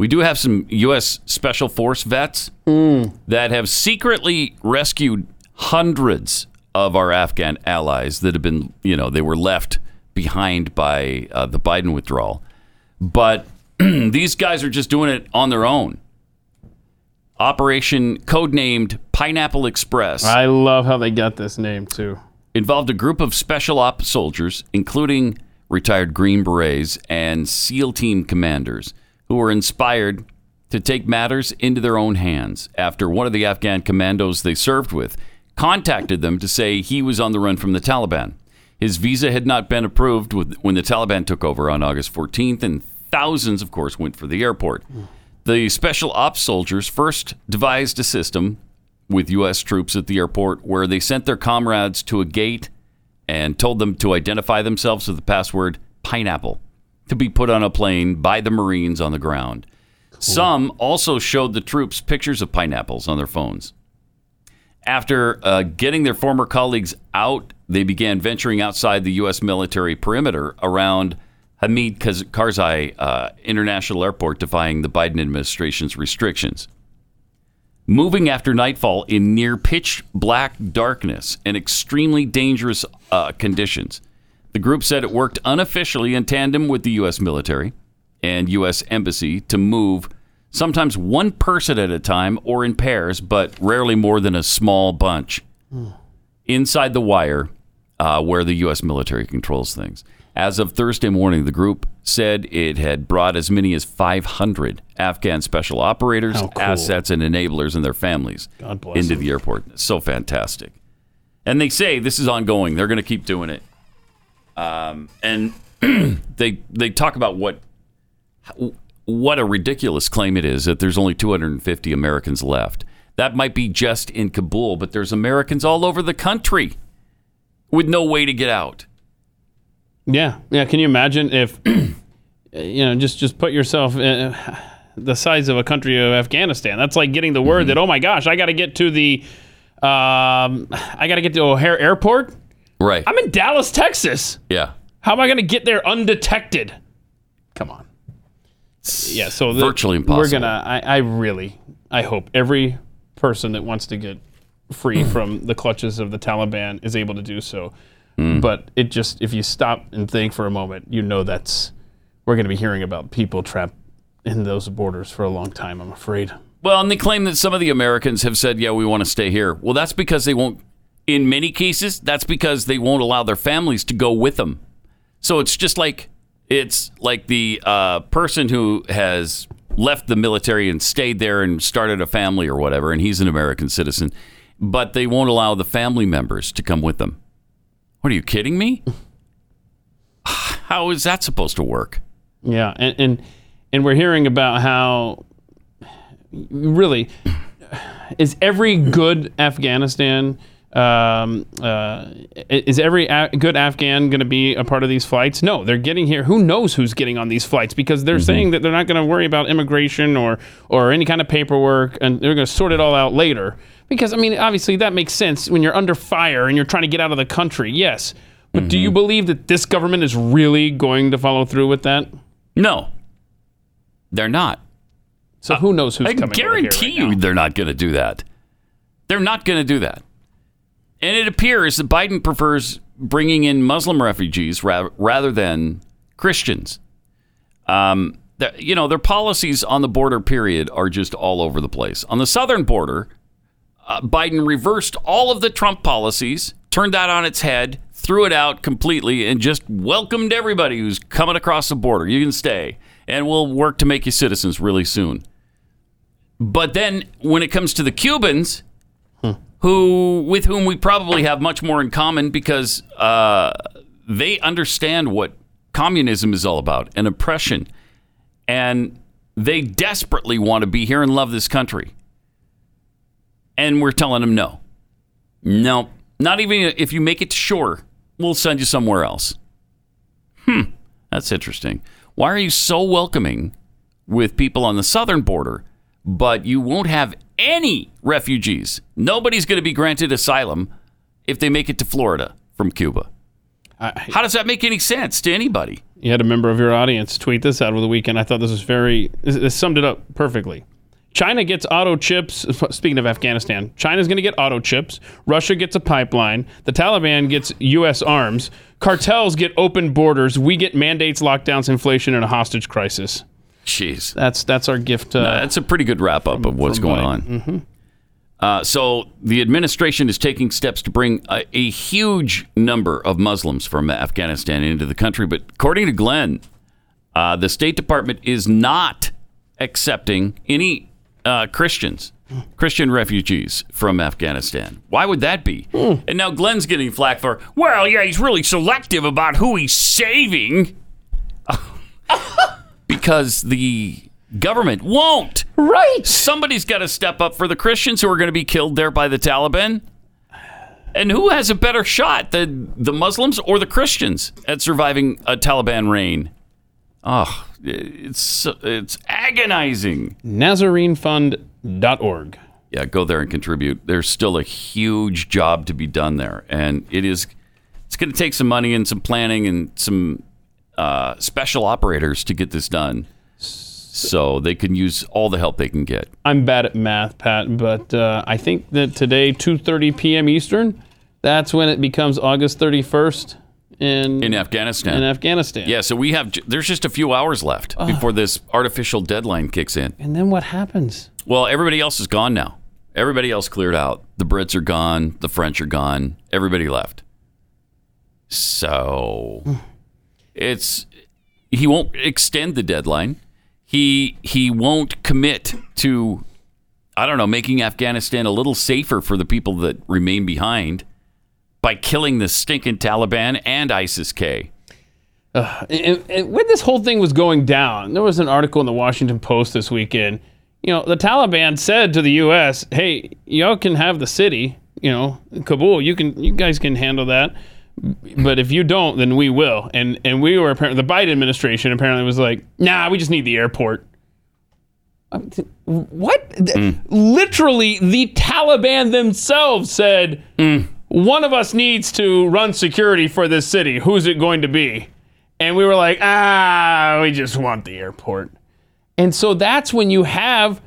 S2: We do have some U.S. Special Force vets that have secretly rescued hundreds of our Afghan allies that have been, you know, they were left behind by uh, the Biden withdrawal. But these guys are just doing it on their own. Operation codenamed Pineapple Express
S3: I love how they got this name too.
S2: involved a group of special op soldiers, including retired Green Berets and SEAL team commanders, who were inspired to take matters into their own hands after one of the Afghan commandos they served with contacted them to say he was on the run from the Taliban. His visa had not been approved with, when the Taliban took over on August 14th, and thousands, of course, went for the airport. The special ops soldiers first devised a system with U.S. troops at the airport where they sent their comrades to a gate and told them to identify themselves with the password pineapple. to be put on a plane by the Marines on the ground. Some also showed the troops pictures of pineapples on their phones. After uh, getting their former colleagues out, they began venturing outside the U.S. military perimeter around Hamid Kaz- Karzai uh, International Airport, defying the Biden administration's restrictions. Moving after nightfall in near pitch black darkness and extremely dangerous uh, conditions, the group said it worked unofficially in tandem with the U.S. military and U.S. embassy to move sometimes one person at a time or in pairs, but rarely more than a small bunch
S3: Hmm.
S2: inside the wire uh, where the U.S. military controls things. As of Thursday morning, the group said it had brought as many as 500 Afghan special operators,
S7: How cool.
S2: assets, and enablers and their families
S7: God bless
S2: into
S7: them.
S2: the airport. It's so fantastic. And they say this is ongoing. They're going to keep doing it. Um, and they they talk about what what a ridiculous claim it is that there's only 250 Americans left. That might be just in Kabul, but there's Americans all over the country with no way to get out.
S3: Yeah, yeah. Can you imagine if you know just just put yourself in the size of a country of Afghanistan? That's like getting the word that oh my gosh, I got to get to the um, I got to get to O'Hare Airport.
S2: Right.
S3: I'm in Dallas, Texas.
S2: Yeah.
S3: How am I going to get there undetected? Come on. Yeah. So the-
S2: Virtually impossible.
S3: We're gonna. I, I really. I hope every person that wants to get free from the clutches of the Taliban is able to do so.
S2: Hmm.
S3: But it just, if you stop and think for a moment, you know that's we're going to be hearing about people trapped in those borders for a long time. I'm afraid.
S2: Well, and they claim that some of the Americans have said, "Yeah, we want to stay here." Well, that's because they won't. In many cases, that's because they won't allow their families to go with them. So it's just like it's like the uh, person who has left the military and stayed there and started a family or whatever, and he's an American citizen, but they won't allow the family members to come with them. What are you kidding me? How is that supposed to work?
S3: Yeah, and and, and we're hearing about how really is every good Afghanistan um, uh, is every a- good Afghan going to be a part of these flights? No, they're getting here. Who knows who's getting on these flights because they're saying that they're not going to worry about immigration or or any kind of paperwork, and they're going to sort it all out later. Because I mean, obviously that makes sense when you're under fire and you're trying to get out of the country. Yes. But do you believe that this government is really going to follow through with that?
S2: No, they're not.
S3: So who knows who's
S2: I
S3: coming? over here right
S2: guarantee you they're not going to do that. They're not going to do that. And it appears that Biden prefers bringing in Muslim refugees ra- rather than Christians. Um, that- you know, their policies on the border, period, are just all over the place. On the southern border, uh, Biden reversed all of the Trump policies, turned that on its head, threw it out completely, and just welcomed everybody who's coming across the border. You can stay, and we'll work to make you citizens really soon. But then when it comes to the Cubans, who with whom we probably have much more in common because uh, they understand what communism is all about and oppression, and they desperately want to be here and love this country. And we're telling them no, no, not even if you make it to shore, we'll send you somewhere else. Hmm, that's interesting. Why are you so welcoming with people on the southern border, but you won't have any refugees? Nobody's going to be granted asylum if they make it to Florida from Cuba. How does that make any sense to anybody?
S3: You had a member of your audience tweet this out over the weekend. I thought this was very, this, this summed it up perfectly. China gets auto chips. Speaking of Afghanistan, China's going to get auto chips. Russia gets a pipeline. The Taliban gets U.S. arms. Cartels get open borders. We get mandates, lockdowns, inflation, and a hostage crisis.
S2: Jeez,
S3: that's that's our gift. Uh,
S2: that's a pretty good wrap up of what's going on.
S3: hmm
S2: Uh, so the administration is taking steps to bring a, a huge number of Muslims from Afghanistan into the country. But according to Glenn, uh, the State Department is not accepting any uh, Christians, Christian refugees from Afghanistan. Why would that be? And now Glenn's getting flack for, well, yeah, he's really selective about who he's saving because the government won't.
S3: Right.
S2: Somebody's got to step up for the Christians who are going to be killed there by the Taliban. And who has a better shot, the the Muslims or the Christians, at surviving a Taliban reign? Oh, it's it's agonizing.
S3: NazareneFund.org.
S2: Yeah, go there and contribute. There's still a huge job to be done there, and it is it's going to take some money and some planning and some uh, special operators to get this done. So they can use all the help they can get.
S3: I'm bad at math, Pat, but uh, I think that today, 2:30 p.m. Eastern, that's when it becomes August 31st in
S2: In Afghanistan.
S3: In Afghanistan.
S2: Yeah, so we have there's just a few hours left before this artificial deadline kicks in.
S3: And then what happens?
S2: Well, everybody else is gone now. Everybody else cleared out. The Brits are gone. The French are gone. Everybody left. So it's he won't extend the deadline. He he won't commit to I don't know making Afghanistan a little safer for the people that remain behind by killing the stinking Taliban and ISIS K.
S3: Ugh. And- and when this whole thing was going down, there was an article in the Washington Post this weekend. You know, the Taliban said to the U.S., "Hey, y'all can have the city. You know, Kabul. You can, you guys can handle that. But if you don't, then we will." And and we were apparently the Biden administration apparently was like, "Nah, we just need the airport." I mean, Uh, th- What? Th- Literally, the Taliban themselves said, "One of us needs to run security for this city. Who's it going to be?" And we were like, ah, we just want the airport. And so that's when you have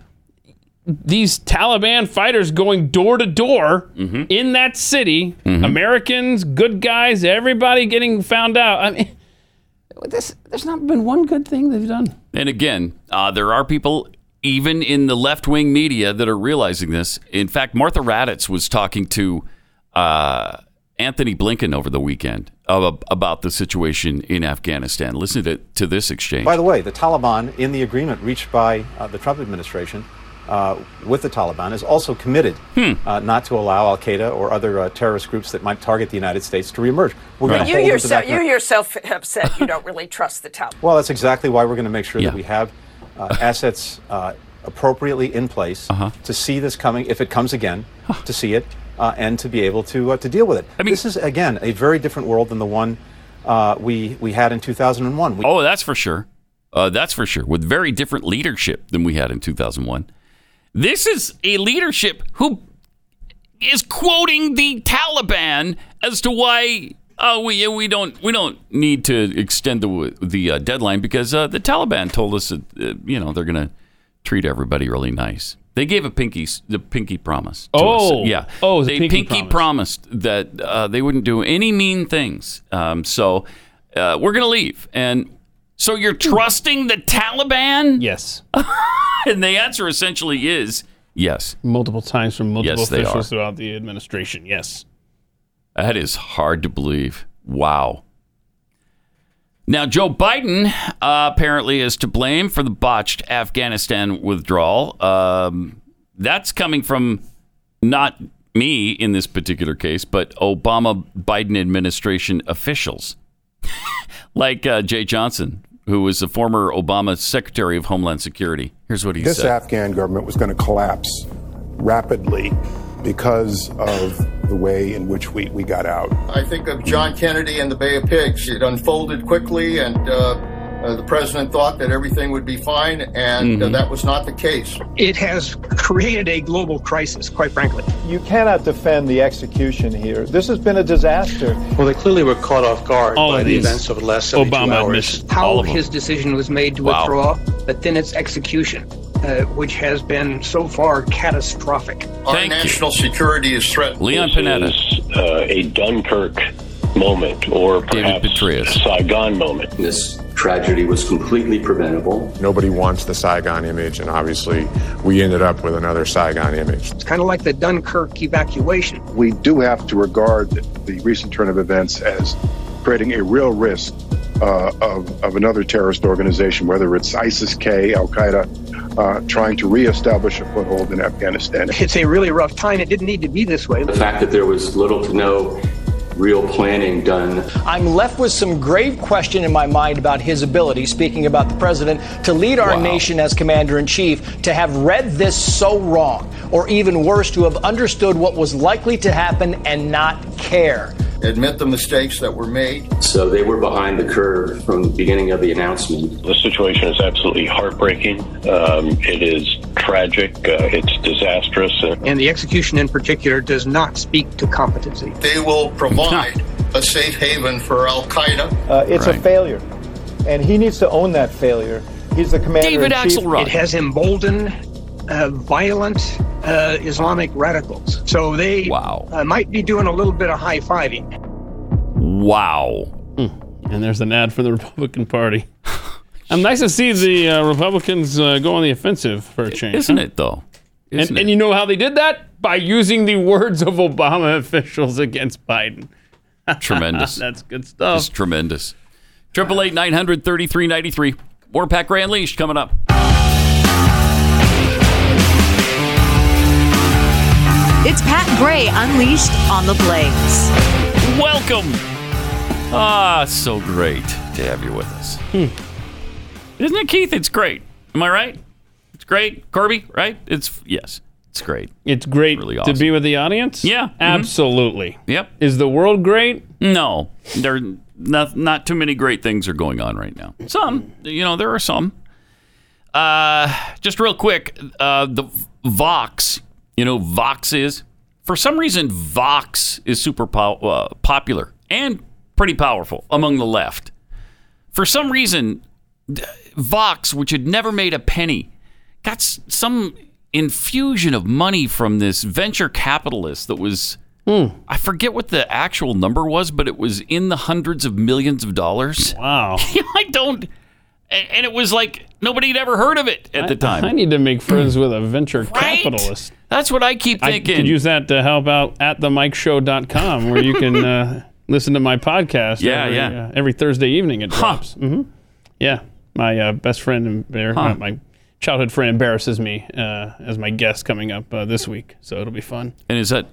S3: these Taliban fighters going door to door in that city, Americans, good guys, everybody getting found out. I mean, this, there's not been one good thing they've done.
S2: And again, uh, there are people even in the left wing media that are realizing this. In fact, Martha Raddatz was talking to uh, Anthony Blinken over the weekend ab- about the situation in Afghanistan. Listen to, to this exchange.
S7: By the way, the Taliban, in the agreement reached by uh, the Trump administration uh, with the Taliban, is also committed
S3: Hmm.
S7: uh, not to allow Al Qaeda or other uh, terrorist groups that might target the United States to reemerge. We're going to hold them
S8: You
S7: to
S8: yourself,
S7: that.
S8: you yourself have said you don't really trust the Taliban.
S7: well, that's exactly why we're going to make sure that we have uh, assets uh, appropriately in place to see this coming, if it comes again, to see it uh, and to be able to uh, to deal with it. this is again a very different world than the one uh, we we had in 2001. We
S2: Oh, that's for sure. Uh, that's for sure. With very different leadership than we had in 2001. This is a leadership who is quoting the Taliban as to why uh, we we don't we don't need to extend the the uh, deadline because uh, the Taliban told us that uh, you know they're going to treat everybody really nice. They gave a pinky s- the pinky promise. to us.
S3: Oh.
S2: yeah.
S3: Oh, it was a
S2: they
S3: pinky
S2: promised that uh, they wouldn't do any mean things. Um, so uh, we're going to leave. And so you're trusting the Taliban?
S3: Hmm. Yes.
S2: and the answer essentially is yes.
S3: Multiple times from multiple
S2: Yes, they
S3: officials
S2: are.
S3: throughout the administration. Yes.
S2: That is hard to believe. Wow. Now, Joe Biden uh, apparently is to blame for the botched Afghanistan withdrawal. Um, that's coming from not me in this particular case, but Obama Biden administration officials like uh, Jay Johnson, who was the former Obama Secretary of Homeland Security. Here's what he
S23: this
S2: said.
S23: Afghan government was going to collapse rapidly because of the way in which we, we got out.
S24: I think of John Kennedy and the Bay of Pigs. It unfolded quickly, and uh, uh, the president thought that everything would be fine, and uh,
S25: Mhm.
S24: that was not the case.
S25: It has created a global crisis, quite frankly.
S26: You cannot defend the execution here. This has been a disaster.
S25: Well, they clearly were caught off guard
S26: All
S25: by
S26: of
S25: the
S26: these.
S25: events of the last 72
S26: Obama
S25: hours.
S26: admissions. All
S25: How
S26: of them.
S25: his decision was made to
S26: Wow.
S25: withdraw, but then its execution, uh, which has been so far catastrophic.
S24: Our national security is threatened.
S2: Leon Panetta.
S27: uh, a Dunkirk moment or perhaps a Saigon moment. This tragedy was completely preventable.
S28: Nobody wants the Saigon image, and obviously we ended up with another Saigon image.
S25: It's kind of like the Dunkirk evacuation.
S29: we do have to regard the recent turn of events as creating a real risk uh, of, of another terrorist organization, whether it's ISIS K, Al Qaeda, uh, trying to reestablish a foothold in Afghanistan.
S25: It's a really rough time. It didn't need to be this way.
S27: The fact that there was little to no real planning done
S28: I'm left with some grave question in my mind about his ability, speaking about the president, to lead our nation as commander in chief, to have read this so wrong, or even worse, to have understood what was likely to happen and not care.
S24: admit the mistakes that were made.
S27: So they were behind the curve from the beginning of the announcement. The situation is absolutely heartbreaking. Um, it is tragic. Uh, it's disastrous. Uh,
S25: And the execution in particular does not speak to competency.
S24: They will provide a safe haven for Al Qaeda.
S26: Uh, it's a failure, and he needs to own that failure. He's the commander. in chief.
S25: It has emboldened uh, violent uh, Islamic radicals. So they uh, might be doing a little bit of high fiving.
S2: Wow.
S3: Hmm. And there's an ad for the Republican Party. I'm nice to see the uh, Republicans uh, go on the offensive for a change,
S2: isn't it though?
S3: and, and you know how they did that by using the words of Obama officials against Biden.
S2: Tremendous.
S3: That's good stuff.
S2: Just tremendous. Triple eight nine hundred thirty three ninety three. More Pat Gray Unleashed coming up.
S9: It's Pat Gray Unleashed on the Blades.
S2: Welcome. Ah, so great to have you with us. Hmm. Isn't it, Keith? It's great. Am I right? It's great, Kirby. Right? It's yes. It's great.
S3: It's great
S2: really
S3: to be with the audience.
S2: Yeah, mhm.
S3: absolutely.
S2: Yep.
S3: Is the world great?
S2: No, there not not too many great things are going on right now. Some, you know, there are some. Uh, just real quick, uh, the Vox, you know, Vox is for some reason Vox is super po- uh, popular and pretty powerful among the left. For some reason, d- Vox, which had never made a penny, got s- some infusion of money from this venture capitalist that was
S3: Hmm.
S2: I forget what the actual number was, but it was in the hundreds of millions of dollars.
S3: Wow.
S2: I don't. And and it was like nobody had ever heard of it at the time.
S3: I, I need to make friends with a venture capitalist.
S2: That's what I keep
S3: I could
S2: thinking.
S3: use that to help out at themikeshow.com where you can uh, listen to my podcast.
S2: Yeah,
S3: every,
S2: yeah.
S3: Uh, every Thursday evening it drops. hmm Yeah, my uh, best friend and bear,
S2: Huh.
S3: uh, my childhood friend embarrasses me uh, as my guest coming up uh, this week, so it'll be fun.
S2: and is that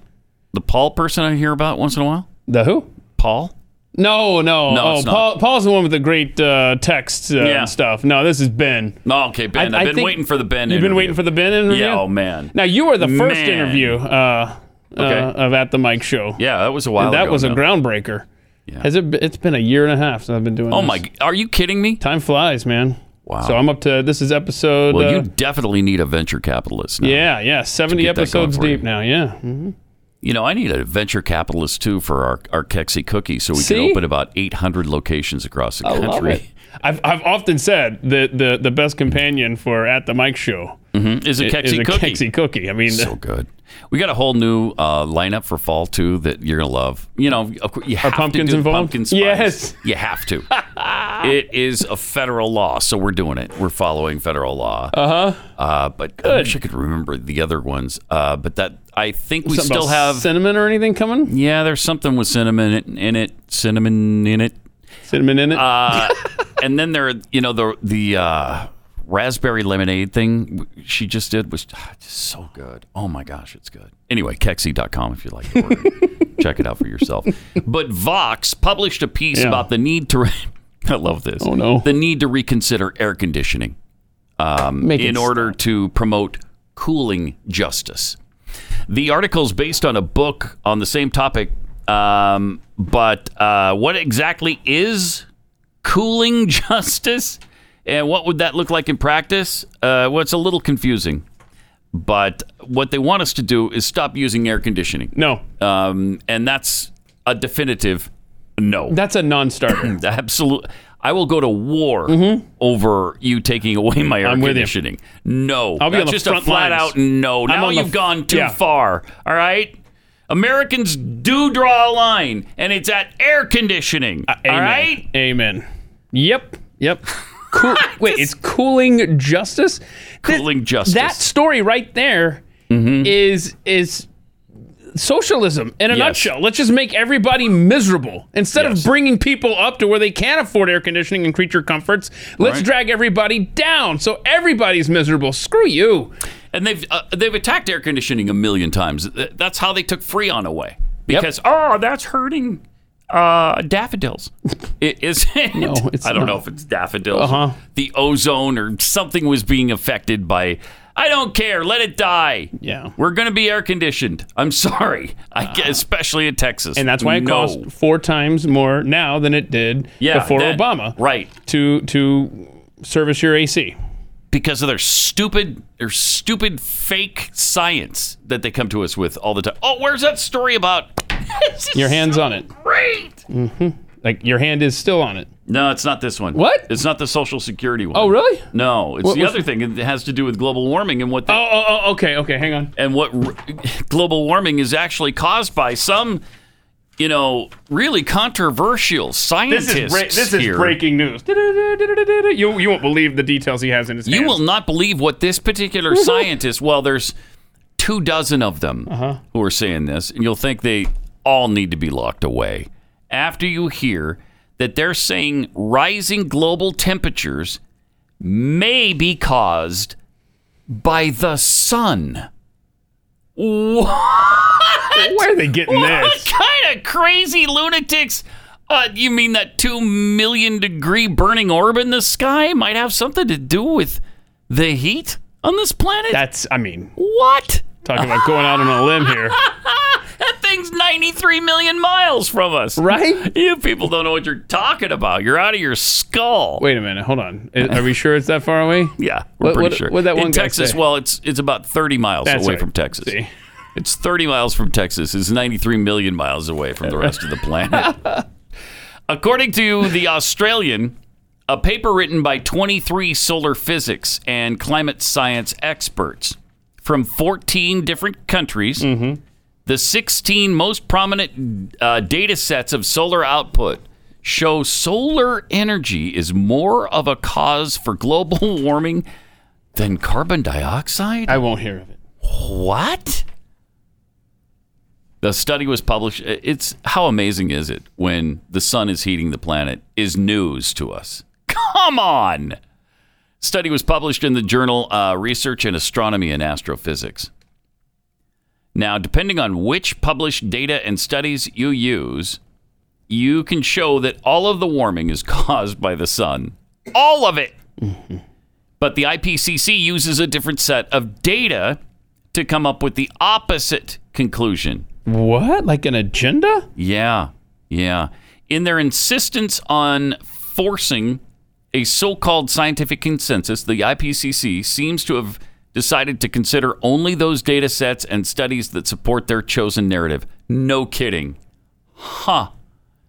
S2: the Paul person I hear about once in a while?
S3: The who?
S2: Paul.
S3: No, no,
S2: No,
S3: oh,
S2: it's not.
S3: Paul, Paul's the one with the great uh, texts uh,
S2: Yeah.
S3: and stuff. No, this is Ben.
S2: No, okay, Ben.
S3: I-
S2: I,
S3: I
S2: have been
S3: think
S2: waiting for the Ben.
S3: You've been waiting for the Ben interview.
S2: Yeah, oh, man.
S3: Now you were the first
S2: Man.
S3: interview uh,
S2: Okay.
S3: uh, of at the Mike Show.
S2: Yeah, that was a while.
S3: And that
S2: ago
S3: was a
S2: now.
S3: groundbreaker. Yeah. Has it? be- It's been a year and a half since I've been doing.
S2: Oh
S3: this.
S2: my! Are you kidding me?
S3: Time flies, man.
S2: Wow.
S3: So I'm up to this is episode.
S2: well, you
S3: uh,
S2: definitely need a venture capitalist. Now.
S3: yeah, yeah, 70
S2: get that going
S3: episodes
S2: for you.
S3: deep now. Yeah. Mhm.
S2: You know, I need a venture capitalist too for our our Kexi cookie, so we
S3: See?
S2: can open about 800 locations across the
S3: I
S2: country.
S3: love it. I've, I've often said that the, the best companion for at the Mike Show
S2: Mhm. Is a
S3: i-
S2: Kexi
S3: a
S2: cookie.
S3: Kexi cookie. I mean,
S2: so good. We got a whole new uh, lineup for fall too that you're gonna love. You know, of course, you have
S3: pumpkins
S2: to do
S3: involved?
S2: pumpkin spice. Yes, you have to. it is a federal law, so we're doing it. We're following federal law.
S3: Uh-huh.
S2: Uh But I wish I could remember the other ones. Uh, but that I think we
S3: something
S2: still
S3: about
S2: have.
S3: cinnamon or anything coming.
S2: Yeah, there's something with cinnamon in- in it. Cinnamon in it.
S3: Cinnamon in it.
S2: Uh, and then there, you know, the the uh, raspberry lemonade thing she just did was ah, just so good. Oh my gosh, it's good. Anyway, kexi.com if you'd like to order. it. Check it out for yourself. But Vox published a piece
S3: Yeah.
S2: about the need to. Re- I love this. Oh no, the need to reconsider air conditioning um,
S3: Make it
S2: in order to promote cooling justice. The article is based on a book on the same topic, um, but uh, what exactly is cooling justice, and what would that look like in practice? Uh, well, it's a little confusing, but what they want us to do is stop using air conditioning.
S3: No,
S2: um, and that's a definitive no.
S3: That's a non-starter. Mm-hmm.
S2: Absolutely. I will go to war over you taking away my air
S3: I'm with you.
S2: conditioning. No,
S3: I'll be
S2: that's
S3: on the
S2: just a
S3: front
S2: flat
S3: lines.
S2: out no.
S3: I'm
S2: Now
S3: on the
S2: you've
S3: f-
S2: gone too
S3: yeah.
S2: far. All right, Americans do draw a line, and it's at air conditioning. all
S3: Uh, Amen.
S2: right,
S3: Amen. Yep. Yep. Cool. Wait, it's cooling justice.
S2: Cooling justice. Mm-hmm.
S3: That story right there is is socialism in a
S2: Yes.
S3: nutshell. Let's just make everybody miserable instead of bringing people up to where they can't afford air conditioning and creature comforts. Let's
S2: Right.
S3: drag everybody down so everybody's miserable. oh, Screw you.
S2: and they've uh, they've attacked air conditioning a million times. Th- That's how they took Freon away because oh, that's hurting uh, daffodils. I- Is it?
S3: No, it's
S2: I don't
S3: not.
S2: know if it's daffodils.
S3: Uh-huh.
S2: The ozone or something was being affected by I don't care. Let it die.
S3: Yeah. Ah.
S2: We're going to be air conditioned. I'm sorry. I g especially in Texas.
S3: And that's why it
S2: No.
S3: costs four times more now than it did
S2: Yeah,
S3: before
S2: then.
S3: Obama.
S2: Right.
S3: To to service your AC.
S2: because of their stupid their stupid fake science that they come to us with all the time. Oh, where's that story about
S3: Your hand's on it.
S2: Great.
S3: hmm Like your hand is still on it.
S2: No, it's not this one. What? It's not the Social Security one.
S3: Oh, really?
S2: No, it's
S3: What
S2: the
S3: was-
S2: other thing. It has to do with global warming and what. The,
S3: oh, oh, oh, okay, okay, hang on.
S2: And what r- global warming is actually caused by some, you know, really controversial
S3: This
S2: scientists.
S3: is, bra- this is
S2: here.
S3: breaking news. You, you won't believe the details he has in his
S2: You
S3: hands.
S2: will not believe what this particular scientist. Well, there's two dozen of them who are saying this, and you'll think they all need to be locked away after you hear that they're saying rising global temperatures may be caused by the sun. What?
S3: Where are they getting
S2: What
S3: this?
S2: kind of crazy lunatics? Uh, you mean that two million degree burning orb in the sky might have something to do with the heat on this planet?
S3: That's, I mean,
S2: what?
S3: Talking about going out on a limb here.
S2: that thing's 93 million miles from us.
S3: Right?
S2: You people don't know what you're talking about. You're out of your skull.
S3: Wait a minute, hold on. I- Are we sure it's that far away?
S2: Yeah, We're
S3: what,
S2: pretty
S3: what-
S2: sure.
S3: What that one
S2: in
S3: guy
S2: Texas,
S3: say?
S2: well, it's it's about 30 miles
S3: That's
S2: away
S3: right.
S2: from Texas. It's 30 miles from Texas. It's 93 million miles away from the rest of the planet. According to The Australian, a paper written by 23 solar physics and climate science experts from 14 different countries,
S3: Mm-hmm.
S2: the 16 most prominent uh, data sets of solar output show solar energy is more of a cause for global warming than carbon dioxide.
S3: I won't hear of it.
S2: What? The study was published. It's how amazing is it when the sun is heating the planet is news to us. Come on. Study was published in the journal uh, Research in Astronomy and Astrophysics. Now, depending on which published data and studies you use, you can show that all of the warming is caused by the sun. All of it. But the IPCC uses a different set of data to come up with the opposite conclusion.
S3: What? Like an agenda?
S2: Yeah, yeah. In their insistence on forcing a so called scientific consensus, the IPCC seems to have decided to consider only those data sets and studies that support their chosen narrative. No kidding. Huh.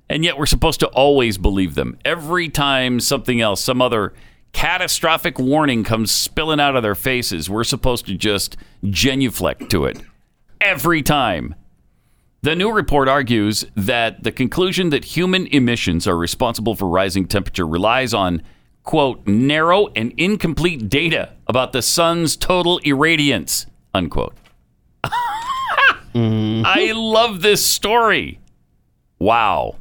S2: And yet we're supposed to always believe them. Every time something else, some other catastrophic warning comes spilling out of their faces, we're supposed to just genuflect to it. Every time. The new report argues that the conclusion that human emissions are responsible for rising temperature relies on, quote, narrow and incomplete data about the sun's total irradiance, unquote. I love this story. Wow.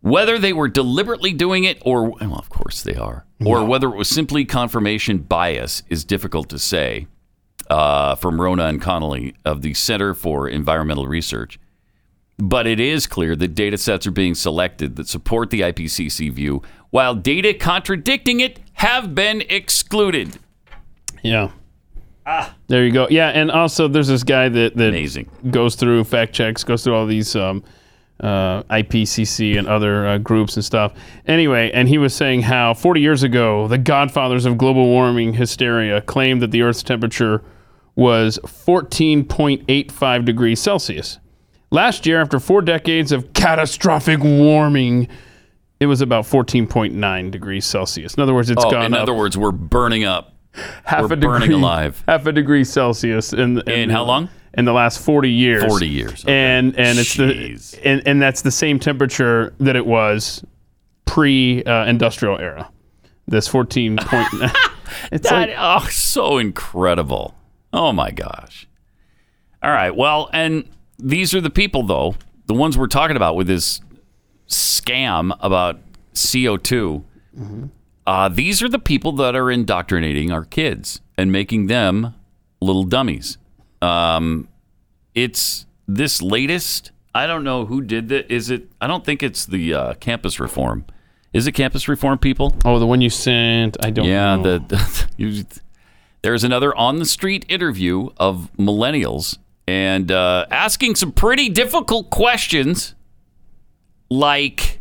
S2: Whether they were deliberately doing it or, well, of course they are, or whether it was simply confirmation bias is difficult to say. Uh, from Rona and Connolly of the Center for Environmental Research. But it is clear that data sets are being selected that support the IPCC view, while data contradicting it have been excluded.
S3: Yeah. Ah. There you go. Yeah, and also there's this guy that, that
S2: Amazing.
S3: goes through fact checks, goes through all these um, uh, IPCC and other uh, groups and stuff. Anyway, and he was saying how 40 years ago, the godfathers of global warming hysteria claimed that the Earth's temperature was 14.85 degrees Celsius. Last year, after four decades of catastrophic warming, it was about 14.9 degrees Celsius. In other words, it's
S2: oh,
S3: gone
S2: in
S3: up
S2: other words, we're burning up.
S3: half
S2: we're
S3: a degree
S2: burning alive.
S3: half a degree Celsius in, in
S2: In how long?
S3: In the last forty years.
S2: 40 years,
S3: And and it's the and, and that's the same temperature that it was pre uh, industrial era. This fourteen point. it's
S2: That,
S3: like,
S2: oh, so incredible. Oh my gosh. All right. Well, and these are the people though, the ones we're talking about with this scam about CO2.
S3: Mm-hmm.
S2: Uh, these are the people that are indoctrinating our kids and making them little dummies. Um, it's this latest. I don't know who did that. Is it? I don't think it's the uh, campus reform. Is it campus reform people?
S3: oh, the one you sent. I don't.
S2: yeah,
S3: know.
S2: the, the- you, There's another on the street interview of millennials and uh, asking some pretty difficult questions like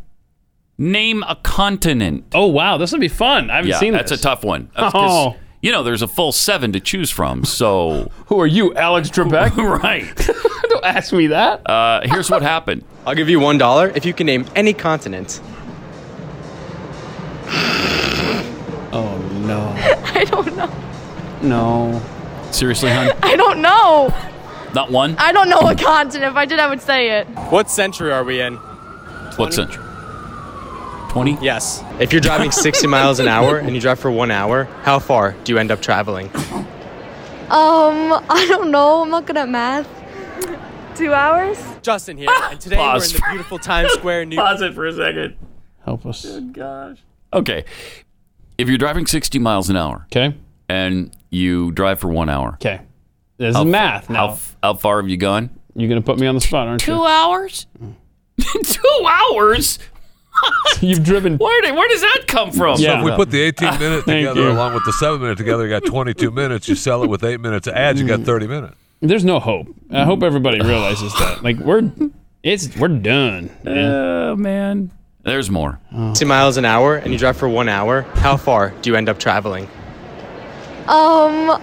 S2: name a continent.
S3: Oh, wow. This would be fun. I haven't
S2: yeah,
S3: seen
S2: that's
S3: this.
S2: a tough one. That's 'cause,
S3: Oh.
S2: You know, there's a full seven to choose from. So,
S3: Who are you, Alex Trebek?
S2: right.
S3: Don't ask me that.
S2: uh, here's what happened.
S10: I'll give you one dollar if you can name any continent.
S3: Oh no.
S27: I don't know.
S3: No.
S2: Seriously, hon?
S27: I don't know.
S2: Not one?
S27: I don't know what continent. If I did, I would say it.
S10: What century are we in?
S2: What century? 20?
S10: Yes. If you're driving 60 miles an hour and you drive for one hour, how far do you end up traveling?
S27: Um, I don't know. I'm not good at math. Two hours?
S10: Justin here, and today
S2: Pause.
S10: we're in the beautiful Times Square in New
S2: Pause it for a second.
S3: Help us.
S2: gosh. Okay. If you're driving 60 miles an hour.
S3: Okay.
S2: And you drive for one hour.
S3: Okay. This is math now.
S2: How, f- how far have you gone?
S3: You're going to put me on the spot, aren't
S30: Two
S3: you?
S30: hours? Two hours?
S3: You've driven.
S30: Where, did, where does that come
S2: from?
S31: So
S3: Yeah.
S31: if we put the 18 minute
S3: Thank
S31: together
S3: you.
S31: along with the 7 minute together, you got 22 minutes. You sell it with 8 minutes ads, you got 30 minutes.
S3: There's no hope. I hope everybody realizes that. Like we're it's we're done.
S2: Oh, man. There's more.
S10: 60 miles an hour and you drive for one hour, how far do you end up traveling?
S27: Um,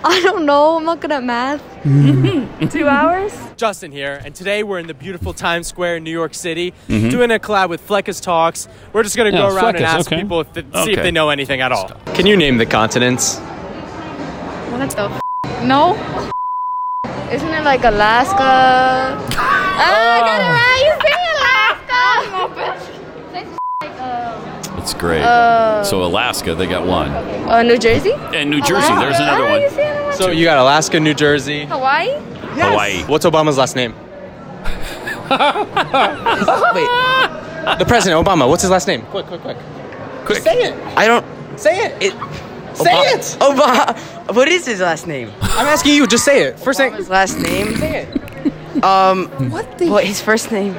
S27: I don't know. I'm not good at math.
S30: Mm-hmm.
S27: Two hours?
S10: Justin here, and today we're in the beautiful Times Square in New York City
S2: Mhm.
S10: doing a collab with Fleckus Talks. We're just going to
S2: Yeah,
S10: go around and
S2: Fleckus,
S10: ask
S2: okay.
S10: people if they, see
S2: Okay.
S10: if they know anything at all. Can you name the continents?
S27: What the f- No? Isn't it like Alaska? ah, I got it right. You say Alaska.
S2: It's great.
S10: Oh.
S27: Uh,
S2: so Alaska, they got one.
S27: uh, New Jersey?
S2: And New Jersey, there's another
S27: Ah, you
S2: one.
S27: say Alaska.
S10: So you got Alaska, New Jersey,
S27: Hawaii?
S2: Hawaii.
S10: What's Obama's last name? Wait. The president, Obama, what's his last name? Quick, quick, quick.
S2: Quick.
S10: Say it. I don't. Say it. it say it. Obama. What is his last name? I'm asking you. Just say it. First name. His
S27: last name?
S10: Say it.
S27: Um, what the? What, his first name?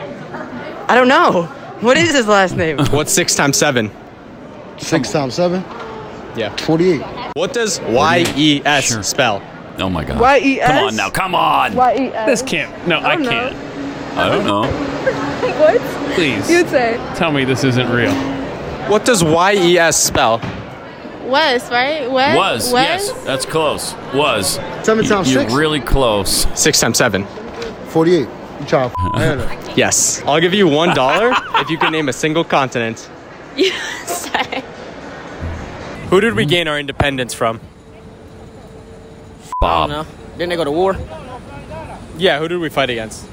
S27: I don't know. What is his last name?
S10: What's six times seven?
S24: Six times seven?
S10: Yeah.
S24: 48.
S10: What does Y E S spell?
S2: Oh my God.
S10: E
S27: Y-E-S?
S2: Come on now. Come on.
S27: Y-E-S.
S3: This can't. No, I,
S27: don't know.
S3: can't.
S2: I don't know.
S27: what?
S3: Please.
S27: You'd say.
S3: Tell me this isn't real.
S10: What does Y E S spell?
S27: West, right? West?
S2: Was.
S27: West?
S2: Yes. That's close. Was.
S24: Seven
S2: You-
S24: times
S2: You're
S24: six?
S2: really close.
S10: Six times seven.
S24: 48. You child.
S10: Yes. I'll give you one dollar if you can name a single continent. Who did we gain our independence from?
S2: Bob.
S10: Didn't they go to war? Yeah. Who did we fight against?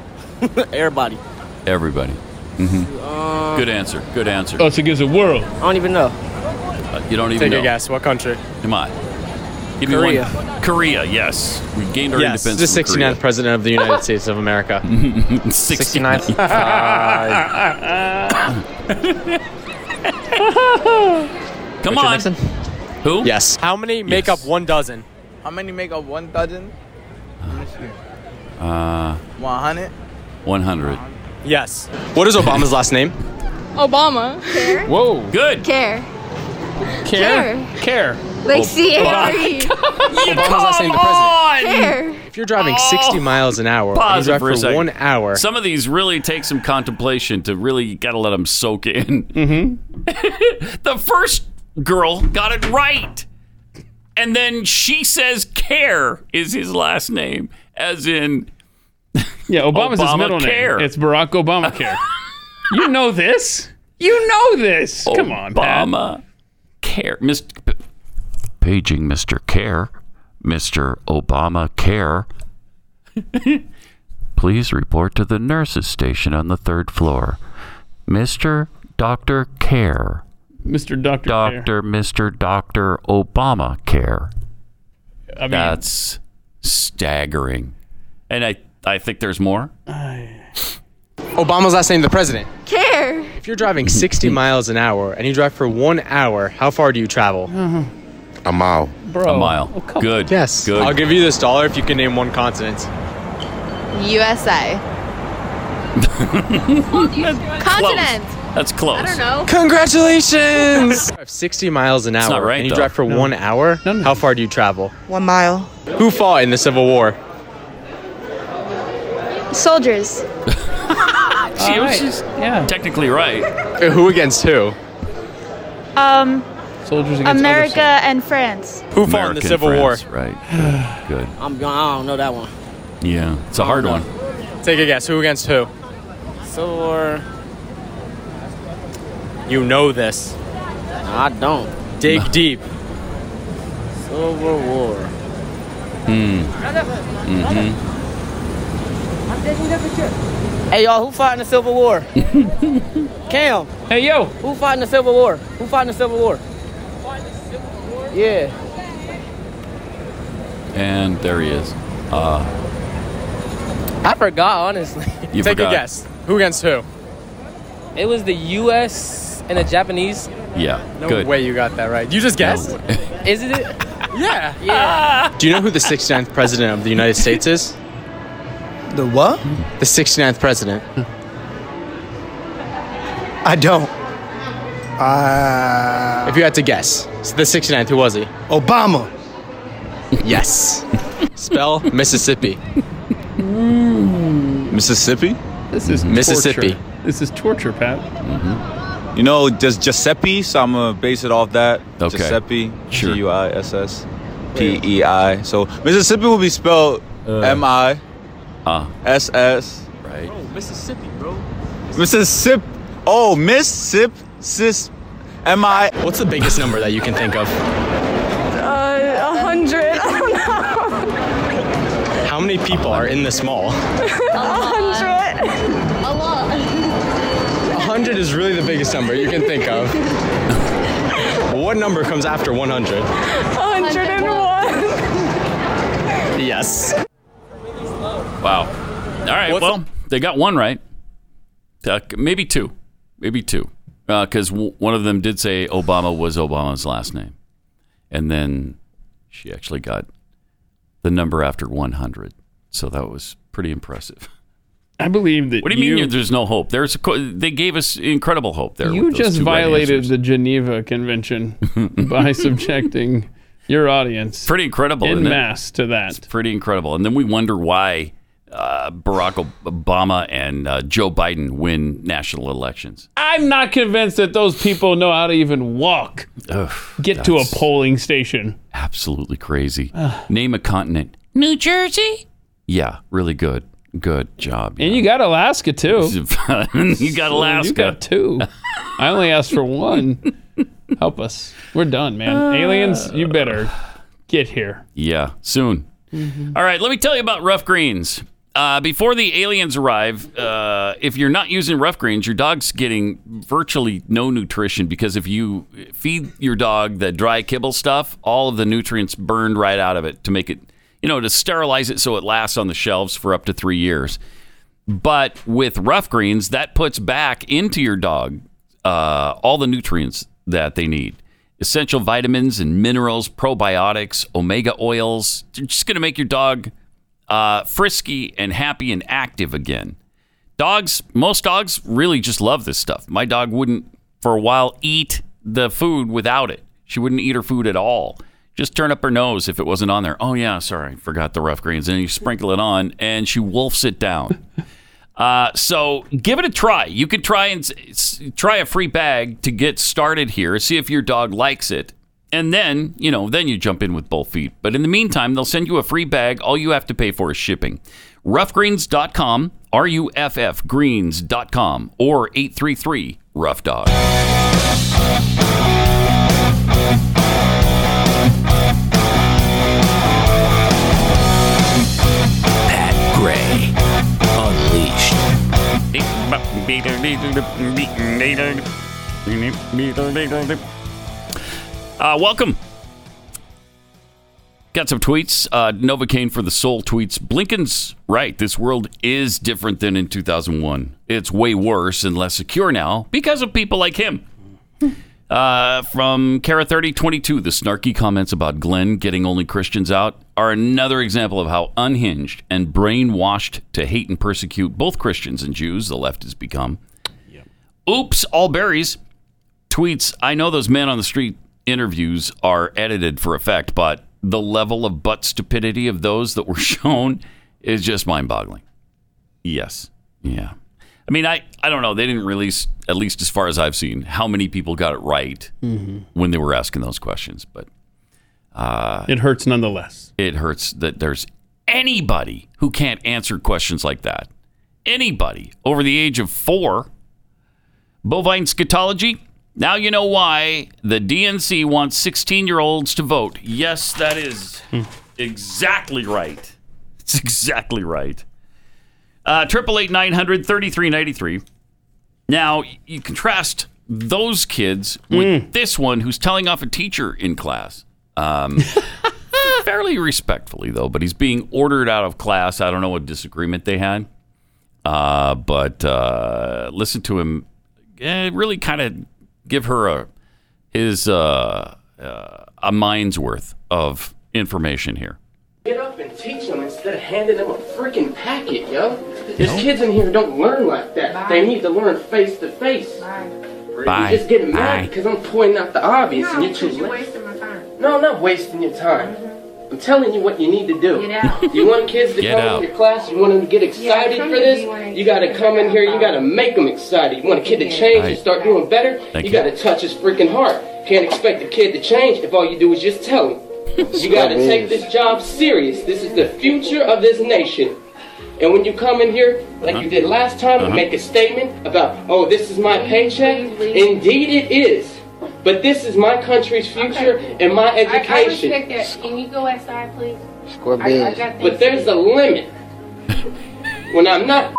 S10: Everybody. Uh,
S2: Everybody. hmm Good answer. Good answer.
S3: Oh, it's against the world.
S10: I don't even know.
S2: Uh, you don't even
S10: Take
S2: know.
S10: a guess. What country?
S2: Come on. Give
S10: Korea.
S2: me one. Korea, yes. We gained our
S10: Yes,
S2: independence.
S10: the 69th
S2: from
S10: president of the United States of America.
S2: 69th. Come on. Who?
S10: Yes. How many make up one dozen?
S1: How many make up one dozen?
S2: Korea. Uh,
S1: 100?
S2: 100.
S10: Yes. What is Obama's last name?
S27: Obama. Care?
S3: Whoa.
S2: Good. Oh,
S27: Care.
S3: Care. Care.
S27: Like
S10: Ob-
S27: C-A-R-E.
S10: Obama's last name, the president.
S27: Care.
S10: If you're driving 60
S27: Oh.
S10: miles an hour, and
S2: Pause
S10: you
S2: it
S10: drive
S2: for a
S10: for,
S2: second.
S10: one hour.
S2: Some of these really take some contemplation to really, you gotta let them soak in.
S3: Mm-hmm.
S2: The first girl got it right. And then she says Care is his last name, as in
S3: Yeah, Obama's his
S2: Obama
S3: middle
S2: care.
S3: name. It's Barack Obamacare. you know this. You know this. Come on, Pat.
S2: Obama Care. Mr. P- Paging Mr. Care, Mr. Obama Care. Please report to the nurses station on the third floor. Mr. Dr. Care.
S3: Mr. Dr. Care.
S2: Dr. Mr. Dr. Obama Care.
S3: I mean,
S2: That's staggering. And I, I think there's more.
S10: Obama's last name, the president. Mm.
S27: Care.
S10: If you're driving 60 miles an hour and you drive for one hour, how far do you travel?
S1: A mile.
S3: Bro.
S2: A mile. Good.
S10: Yes.
S2: Good.
S10: I'll give you this dollar if you can name one continent.
S27: USA. Continent.
S2: That's close.
S11: I don't know.
S10: Congratulations! Drive 60 miles an hour,
S2: not right,
S10: and you
S2: though.
S10: drive for
S2: No.
S10: one hour. How far do you travel?
S1: One mile.
S10: Who fought in the Civil War?
S11: Soldiers.
S2: She was just technically right.
S10: Uh, Who against who?
S11: Um,
S2: Soldiers
S11: America and France.
S10: Who fought in the Civil War?
S2: Right. Good. Good.
S10: I'm going. I don't know that one.
S2: Yeah, it's a hard one.
S10: Take a guess. Who against who? Civil War. You know this. I don't. Dig deep. Civil War.
S2: Hmm.
S4: Mm.
S2: Mm-hmm.
S4: Hey y'all, who fought in the Civil War? Cam. Hey yo, who fought in the Civil War? Who fought in the Civil War? Yeah.
S2: And there he is. Uh,
S4: I forgot honestly.
S2: You Take a forgot. guess.
S4: Who against who? It was the U.S. and the Japanese.
S2: yeah.
S10: No
S2: Good.
S10: way you got that right. You just guessed.
S4: Is it? yeah. Yeah.
S10: Do you know who the 69th president of the United States is? The what? The 69th president. I don't. Uh, if you had to guess, it's the 69th, who was he? Obama. Yes. Spell Mississippi.
S5: Mississippi?
S3: This is
S5: Mississippi.
S3: torture. This is torture, Pat.
S5: Mm-hmm. You know, just Giuseppe, so I'm gonna base it off that.
S2: Okay.
S5: Giuseppe, G U I S S P E I. So Mississippi will be spelled M I S S.
S2: Uh. Right.
S4: Mississippi, bro.
S5: Mississippi. Oh, Mississippi. Sis. M I.
S10: What's the biggest number that you can think of?
S12: Uh, 100. I don't know.
S10: How many people are in this mall?
S12: 100. A lot.
S10: 100 is really the biggest number you can think of. what number comes after 100?
S12: 101.
S10: Yes.
S2: Wow. All right. well, they got one right. Uh, maybe two. Maybe two. Because w- one of them did say Obama was Obama's last name. And then she actually got the number after 100. So that was pretty impressive.
S3: I believe that.
S2: What do you,
S3: You,
S2: mean there's no hope? There's a, co- they gave us incredible hope there.
S3: you
S2: with those
S3: just
S2: two right
S3: violated
S2: answers.
S3: the Geneva Convention by subjecting your audience
S2: pretty incredible
S3: in
S2: isn't it?
S3: mass to that.
S2: It's pretty incredible. And then we wonder why uh, Barack Obama and uh, Joe Biden win national elections.
S3: I'm not convinced that those people know how to even walk.
S2: Ugh,
S3: Get to a polling station.
S2: absolutely crazy. Name a continent.
S3: New Jersey?
S2: Yeah, really good. Good job.
S3: And you got Alaska too.
S2: you got Alaska.
S3: You got two. I only asked for one. Help us. We're done, man.
S2: Uh,
S3: Aliens, you better get here.
S2: Yeah, soon. All right, let me tell you about rough greens. Uh, before the aliens arrive, uh, if you're not using rough greens, your dog's getting virtually no nutrition because if you feed your dog the dry kibble stuff, all of the nutrients burned right out of it to make it, you know, to sterilize it so it lasts on the shelves for up to three years. But with rough greens, that puts back into your dog uh, all the nutrients that they need essential vitamins and minerals, probiotics, omega oils. They're just going to make your dog uh, frisky and happy and active again. Dogs, most dogs really just love this stuff. My dog wouldn't, for a while, eat the food without it. She wouldn't eat her food at all. Just turn up her nose if it wasn't on there. Oh, yeah, sorry, forgot the rough greens. And you sprinkle it on, and she wolfs it down. Uh, so give it a try. You could try and s- s- try a free bag to get started here. See if your dog likes it, and then you know, then you jump in with both feet. But in the meantime, they'll send you a free bag. All you have to pay for is shipping. Roughgreens.com, R U F F Greens.com, or eight three three Rough Dog.
S16: Pat Gray Unleashed.
S2: Uh, welcome. Got some tweets. Uh, Nova Kane for the Soul tweets. Blinken's right. This world is different than in 2001. It's way worse and less secure now because of people like him. Uh, from Kara thirty twenty two, the snarky comments about Glenn getting only Christians out are another example of how unhinged and brainwashed to hate and persecute both Christians and Jews the left has become. Oops, all berries. Tweets, I know those men on the street interviews are edited for effect, but the level of butt stupidity of those that were shown is just mind boggling. Yes. Yeah. I mean, I, I don't know. They didn't release, at least as far as I've seen, how many people got it right
S3: Mhm.
S2: when they were asking those questions. But uh,
S3: It hurts nonetheless.
S2: it hurts that there's anybody who can't answer questions like that. Anybody over the age of four. Bovine scatology. Now you know why the DNC wants 16 year olds to vote. Yes, that is
S3: Hmm.
S2: exactly right. It's exactly right. Uh, Triple eight nine hundred thirty three ninety three. Now y- you contrast those kids with this one who's telling off a teacher in class. Um, fairly respectfully though, but he's being ordered out of class. I don't know what disagreement they had, uh, but uh, listen to him eh, really kind of give her a his uh, uh, a mind's worth of information here.
S1: Get up and teach them instead of handing them a freaking packet, yo. These kids in here don't learn like that. They need to learn face to face.
S2: Bye.
S1: You're just getting
S2: Bye.
S1: mad because I'm pointing out the obvious and you're too
S12: because you're
S1: late. No, I'm not wasting your time.
S12: Mm-hmm.
S1: I'm telling you what you need to do. you want kids to
S12: Get
S1: come
S12: out.
S1: in your class? You want them to get excited
S12: come
S1: for
S12: to
S1: this?
S12: me when
S1: You gotta come in here. You gotta make them excited. You want a kid to change
S2: Right.
S1: and start doing better?
S2: Thank you.
S1: you gotta touch his freaking heart. Can't expect a kid to change if all you do is just tell him. You gotta take this job serious. This is the future of this nation. And when you come in here, like you did last time, and
S12: Uh-huh.
S1: make a statement about, oh, this is my paycheck, indeed it is. But this is my country's future and my education.
S12: I, I respect that. Can you go outside, please?
S1: Square
S12: I- I got things
S1: But there's a limit when I'm not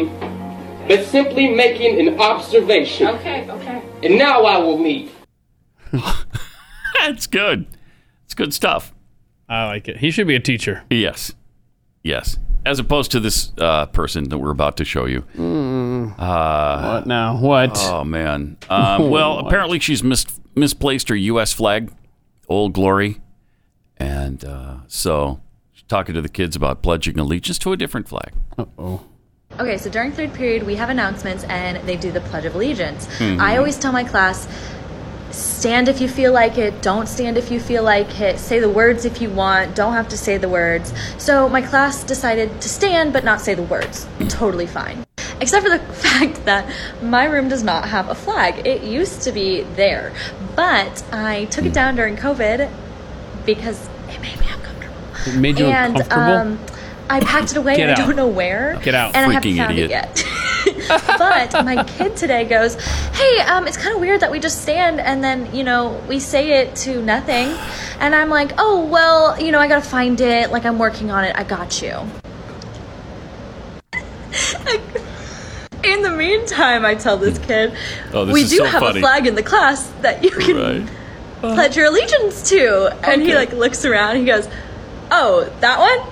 S1: but simply making an observation.
S12: Okay, okay.
S1: And now I will leave.
S2: That's good. It's good stuff.
S3: I like it. He should be a teacher.
S2: Yes. Yes. As opposed to this uh, person that we're about to show you. Uh,
S3: Mm, what now? What?
S2: Oh, man. Um, well,
S3: What?
S2: apparently she's mis- misplaced her U.S. flag, Old Glory. And uh, so she's talking to the kids about pledging allegiance to a different flag. Uh oh.
S6: Okay, so during third period, we have announcements and they do the Pledge of Allegiance.
S2: Mhm.
S6: I always tell my class stand if you feel like it, don't stand if you feel like it, say the words if you want, don't have to say the words. So my class decided to stand but not say the words. Totally fine. Except for the fact that my room does not have a flag. It used to be there, but I took it down during COVID because
S3: It made you
S6: and
S3: uncomfortable.
S6: um, I packed it away.
S3: Get
S6: and I
S3: out.
S6: don't know where.
S3: Get out.
S6: And I haven't
S3: Freaking
S6: found
S3: idiot.
S6: it yet. but my kid today goes, "Hey, um, it's kind of weird that we just stand and then you know we say it to nothing." And I'm like, "Oh well, you know I gotta find it. Like I'm working on it. I got you." In the meantime, I tell this kid,
S12: Oh, this
S6: "We
S12: is
S6: do
S12: so
S6: have
S12: funny.
S6: a flag in the class that you can pledge your allegiance to. And he
S12: Okay.
S6: like looks around. He goes, "Oh, that one?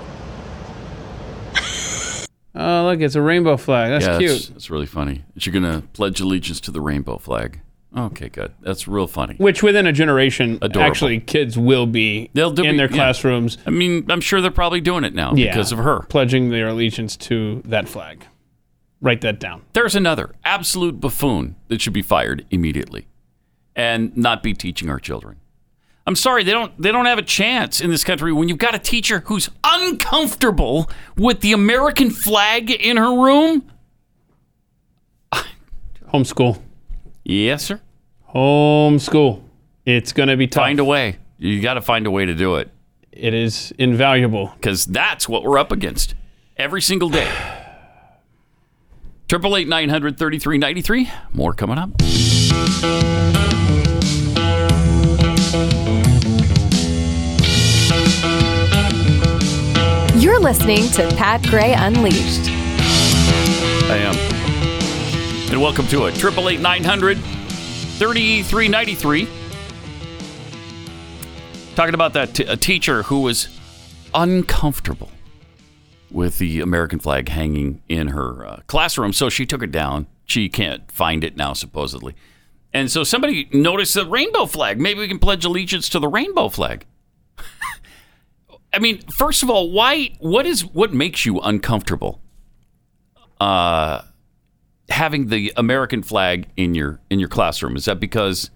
S3: Oh, look, it's a rainbow flag. That's
S2: yeah,
S3: cute.
S2: That's, that's really funny. You're going to pledge allegiance to the rainbow flag. Okay, good. That's real funny.
S3: Which within a generation,
S2: Adorable.
S3: actually, kids will be
S2: They'll do
S3: in their
S2: yeah.
S3: classrooms.
S2: I mean, I'm sure they're probably doing it now because of her.
S3: Pledging their allegiance to that flag. Write that down.
S2: There's another absolute buffoon that should be fired immediately and not be teaching our children. I'm sorry, they don't they don't have a chance in this country when you've got a teacher who's uncomfortable with the American flag in her room.
S3: Homeschool.
S2: Yes, sir.
S3: Homeschool. It's going to be tough. Find
S2: a way. You got to find a way to do it.
S3: It is invaluable.
S2: Because that's what we're up against every single day. Triple eight nine hundred thirty three ninety three. More coming up.
S9: You're listening to Pat Gray Unleashed.
S2: I am. And welcome to it. Triple eight nine hundred thirty three ninety three. Talking about that t- a teacher who was uncomfortable with the American flag hanging in her uh, classroom, so she took it down. She can't find it now, supposedly. And so somebody noticed the rainbow flag. Maybe we can pledge allegiance to the rainbow flag. I mean, first of all, why? What is what makes you uncomfortable? Uh, having the American flag in your in your classroom? Is that because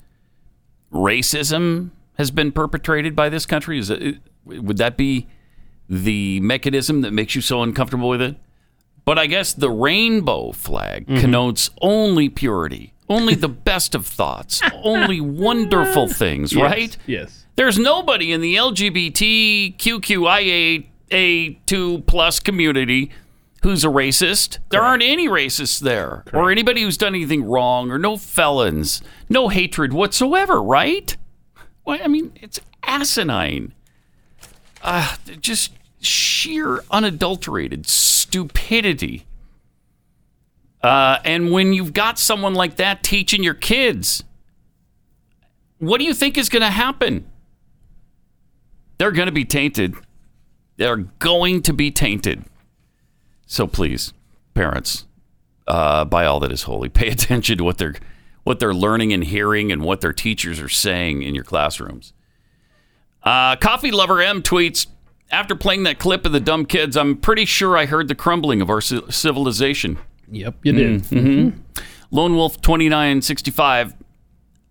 S2: racism has been perpetrated by this country? Is it, would that be the mechanism that makes you so uncomfortable with it? But I guess the rainbow flag connotes only purity, only the best of thoughts, only wonderful things,
S3: Yes,
S2: right?
S3: Yes.
S2: There's nobody in the LGBTQIA2 plus community who's a racist. There aren't any racists there, or anybody who's done anything wrong, or no felons, no hatred whatsoever, right? Well, I mean, it's asinine. Uh, just sheer unadulterated stupidity. Uh, and when you've got someone like that teaching your kids, what do you think is going to happen? They're going to be tainted. They're going to be tainted. So please, parents, uh, by all that is holy, pay attention to what they're what they're learning and hearing, and what their teachers are saying in your classrooms. Uh, Coffee Lover M tweets After playing that clip of the dumb kids, I'm pretty sure I heard the crumbling of our ci- civilization.
S3: Yep, you Mm-hmm. did.
S2: Mhm. Lone Wolf 2965.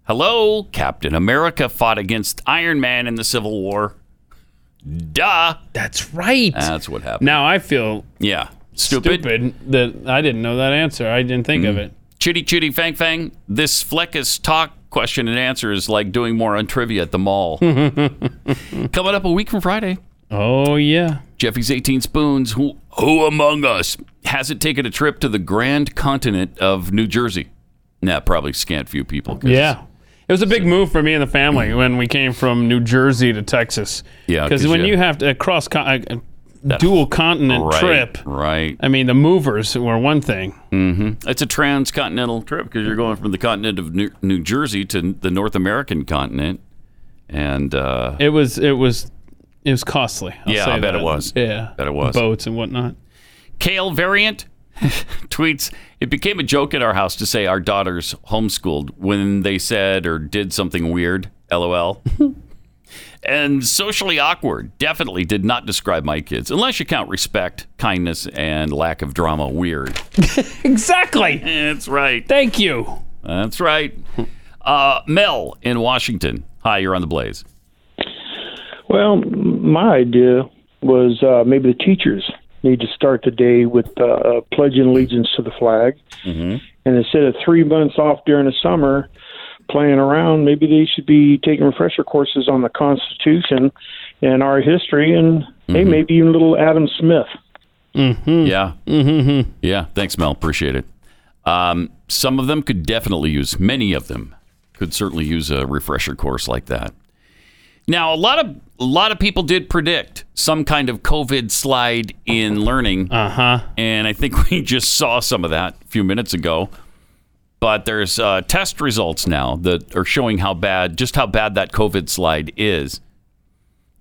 S2: Hello, Captain America fought against Iron Man in the Civil War. Duh.
S3: That's right.
S2: That's what happened.
S3: Now I feel
S2: Uh, yeah, stupid. Mm.
S3: that I didn't know that answer. I didn't think of it.
S2: Chitty chitty fang fang. This Fleckus talk question and answer is like doing more on trivia at the mall. Coming up a week from Friday.
S3: Oh yeah.
S2: Jeffy's 18 Spoons, who, who among us hasn't taken a trip to the grand continent of New Jersey? Nah, probably scant few people. 'cause- Mm.
S3: Yeah. It was a big move for me and the family when we came from New Jersey to Texas.
S2: Yeah,
S3: Because
S2: 'cause
S3: when
S2: you-
S3: you have to a cross con- a, a dual continent
S2: Right,
S3: trip,
S2: Right.
S3: I mean the movers were one thing.
S2: Mm-hmm. It's a transcontinental trip because you're going from the continent of New, New Jersey to the North American continent. And uh,
S3: It was it was it was costly. I'll
S2: yeah,
S3: say
S2: I bet
S3: that.
S2: it was.
S3: Yeah,
S2: Bet it was.
S3: boats and whatnot.
S2: Kale variant tweets It became a joke at our house to say our daughters homeschooled when they said or did something weird. LOL. and socially awkward definitely did not describe my kids, unless you count respect, kindness, and lack of drama weird.
S3: Exactly.
S2: That's right.
S3: Thank you.
S2: That's right. Uh, Mel in Washington. Hi, you're on the blaze.
S7: Well, m- my idea was uh, maybe the teachers need to start the day with uh, pledging allegiance to the flag, and instead of three months off during the summer playing around, maybe they should be taking refresher courses on the Constitution and our history, and hey, maybe even little Adam Smith.
S3: Mm-hmm.
S2: Yeah.
S3: Mm-hmm.
S2: Yeah. Thanks, Mel. Appreciate it. Um, some of them could definitely use, many of them could certainly use a refresher course like that. Now, a lot of a lot of people did predict some kind of COVID slide in learning.
S3: Uh-huh.
S2: And I think we just saw some of that a few minutes ago. But there's uh, test results now that are showing how bad, just how bad that COVID slide is.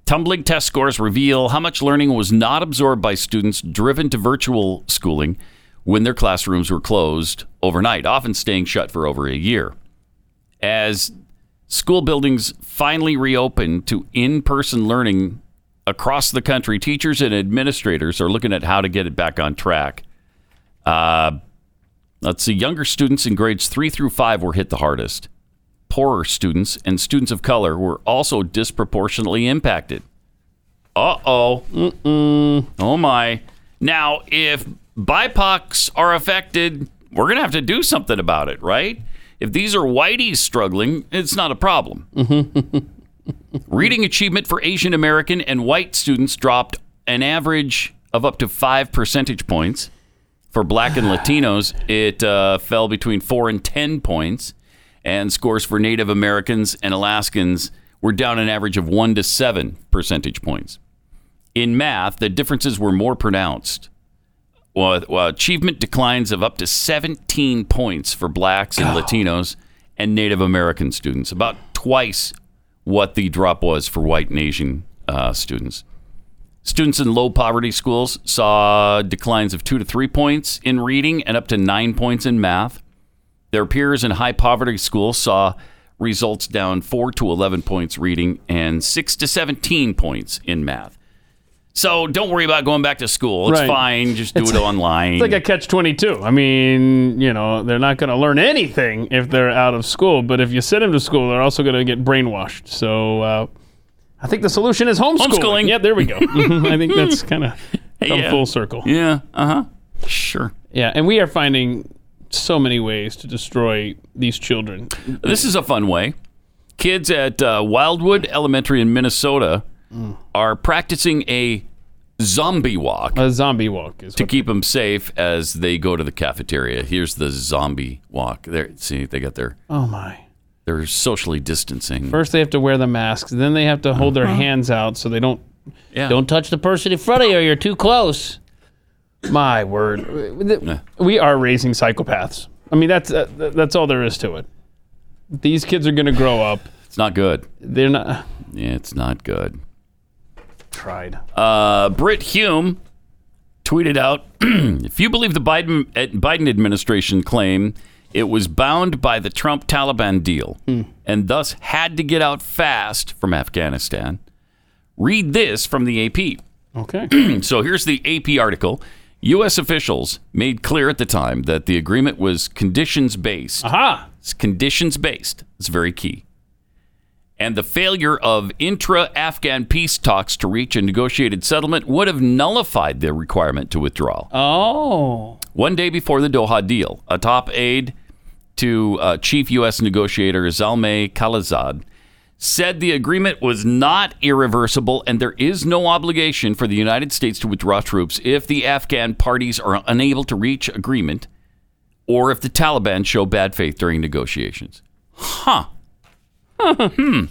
S2: Tumbling test scores reveal how much learning was not absorbed by students driven to virtual schooling when their classrooms were closed overnight, often staying shut for over a year. As school buildings finally reopen to in person learning across the country, teachers and administrators are looking at how to get it back on track. Uh, let's see, younger students in grades three through five were hit the hardest. Poorer students and students of color were also disproportionately impacted. Uh oh. Oh my. Now, if BIPOCs are affected, we're going to have to do something about it, right? If these are whiteys struggling, it's not a problem.
S3: Mm-hmm.
S2: Reading achievement for Asian American and white students dropped an average of up to five percentage points. For black and Latinos, it uh, fell between four and 10 points. And scores for Native Americans and Alaskans were down an average of one to seven percentage points. In math, the differences were more pronounced. Well, uh, well, achievement declines of up to 17 points for blacks and Latinos and Native American students, about twice what the drop was for white and Asian uh, students. Students in low poverty schools saw declines of two to three points in reading and up to nine points in math. Their peers in high poverty schools saw results down four to 11 points reading and six to 17 points in math. So don't worry about going back to school. It's
S3: Right.
S2: fine. Just do it online.
S3: It's like a catch 22. I mean, you know, they're not going to learn anything if they're out of school, but if you send them to school, they're also going to get brainwashed. So uh, I think the solution is homeschooling.
S2: Homeschooling.
S3: Yeah, there we go. Mhm, I think that's kind of come
S2: Yeah.
S3: full circle.
S2: Yeah, uh huh. Sure.
S3: Yeah, and we are finding so many ways to destroy these children.
S2: This is a fun way. Kids at uh, Wildwood Elementary in Minnesota
S3: Mm.
S2: are practicing a zombie walk.
S3: A zombie walk is
S2: to keep them safe as they go to the cafeteria. Here's the zombie walk. There, see, they got their
S3: Oh, my.
S2: they're socially distancing.
S3: First, they have to wear the masks. Then they have to hold
S2: Uh-huh.
S3: their hands out so they don't don't touch the person in front of you. or You're too close. My word, we are raising psychopaths. I mean, that's uh, that's all there is to it. These kids are going to grow up.
S2: It's not good.
S3: They're not.
S2: Yeah, it's not good.
S3: Tried.
S2: Uh, Britt Hume tweeted out If you believe the Biden, eh, Biden administration claim it was bound by the Trump Taliban deal
S3: Hmm.
S2: and thus had to get out fast from Afghanistan, read this from the AP.
S3: Okay.
S2: so here's the AP article. U.S. officials made clear at the time that the agreement was conditions based.
S3: Aha!
S2: It's conditions based. It's very key and the failure of intra Afghan peace talks to reach a negotiated settlement would have nullified the requirement to withdraw.
S3: Oh.
S2: One day before the Doha deal, a top aide to uh, chief U.S. negotiator Zalmay Khalilzad said the agreement was not irreversible and there is no obligation for the United States to withdraw troops if the Afghan parties are unable to reach agreement or if the Taliban show bad faith during negotiations. Huh. hmm.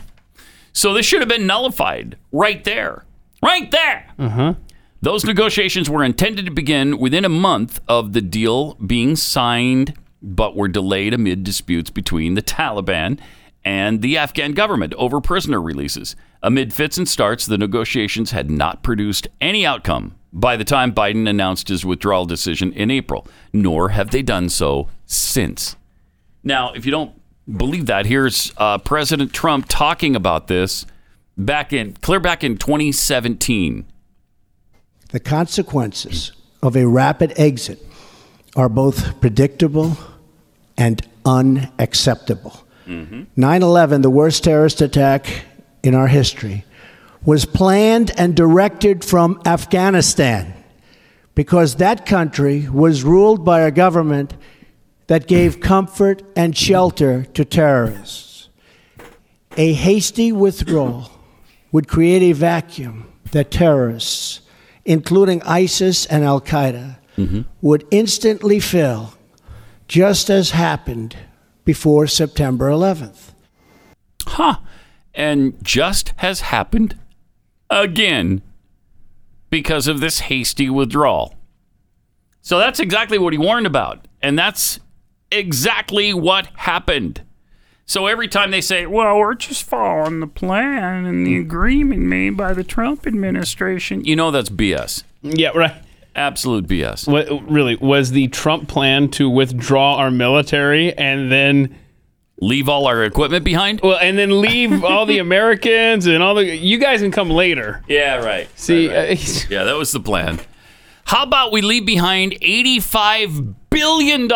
S2: So this should have been nullified right there. Right there.
S3: Uh huh.
S2: Those negotiations were intended to begin within a month of the deal being signed, but were delayed amid disputes between the Taliban and the Afghan government over prisoner releases. Amid fits and starts, the negotiations had not produced any outcome by the time Biden announced his withdrawal decision in April, nor have they done so since. Now, if you don't believe that, here's uh, President Trump talking about this back in clear back in 2017.
S8: The consequences of a rapid exit are both predictable and unacceptable.
S2: Mm-hmm.
S8: 9 11, the worst terrorist attack in our history, was planned and directed from Afghanistan because that country was ruled by a government that gave comfort and shelter to terrorists. A hasty withdrawal would create a vacuum that terrorists, including ISIS and Al Qaeda, would instantly fill, just as happened before September 11th.
S2: Huh. And just has happened again because of this hasty withdrawal. So that's exactly what he warned about. And that's exactly what happened. So every time they say, well, we're just following the plan and the agreement made by the Trump administration, you know that's BS.
S3: Yeah, right.
S2: Absolute BS.
S3: What, really, was the Trump plan to withdraw our military and then
S2: leave all our equipment behind?
S3: Well, and then leave all the Americans and all the you guys can come later.
S2: Yeah, right.
S3: See,
S2: yeah, that was the plan. How about we leave behind $85 billion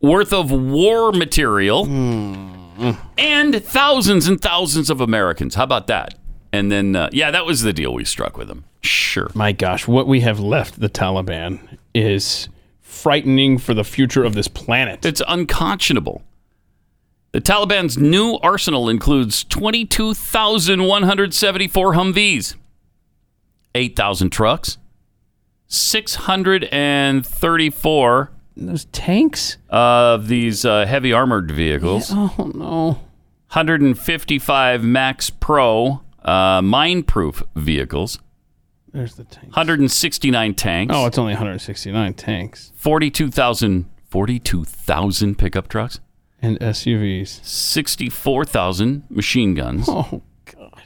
S2: worth of war material and thousands and thousands of Americans? How about that? And then, uh, yeah, that was the deal we struck with them. Sure.
S3: My gosh, what we have left the Taliban is frightening for the future of this planet.
S2: It's unconscionable. The Taliban's new arsenal includes 22,174 Humvees, 8,000 trucks, 634
S3: those tanks
S2: of these uh, heavy armored vehicles,
S3: Oh no.
S2: 155 Max Pro uh, mine-proof vehicles,
S3: There's the tank.
S2: 169 tanks.
S3: Oh, it's only 169 tanks.
S2: 42,000 42,000 pickup trucks
S3: and SUVs.
S2: 64,000 machine guns.
S3: Oh
S2: god.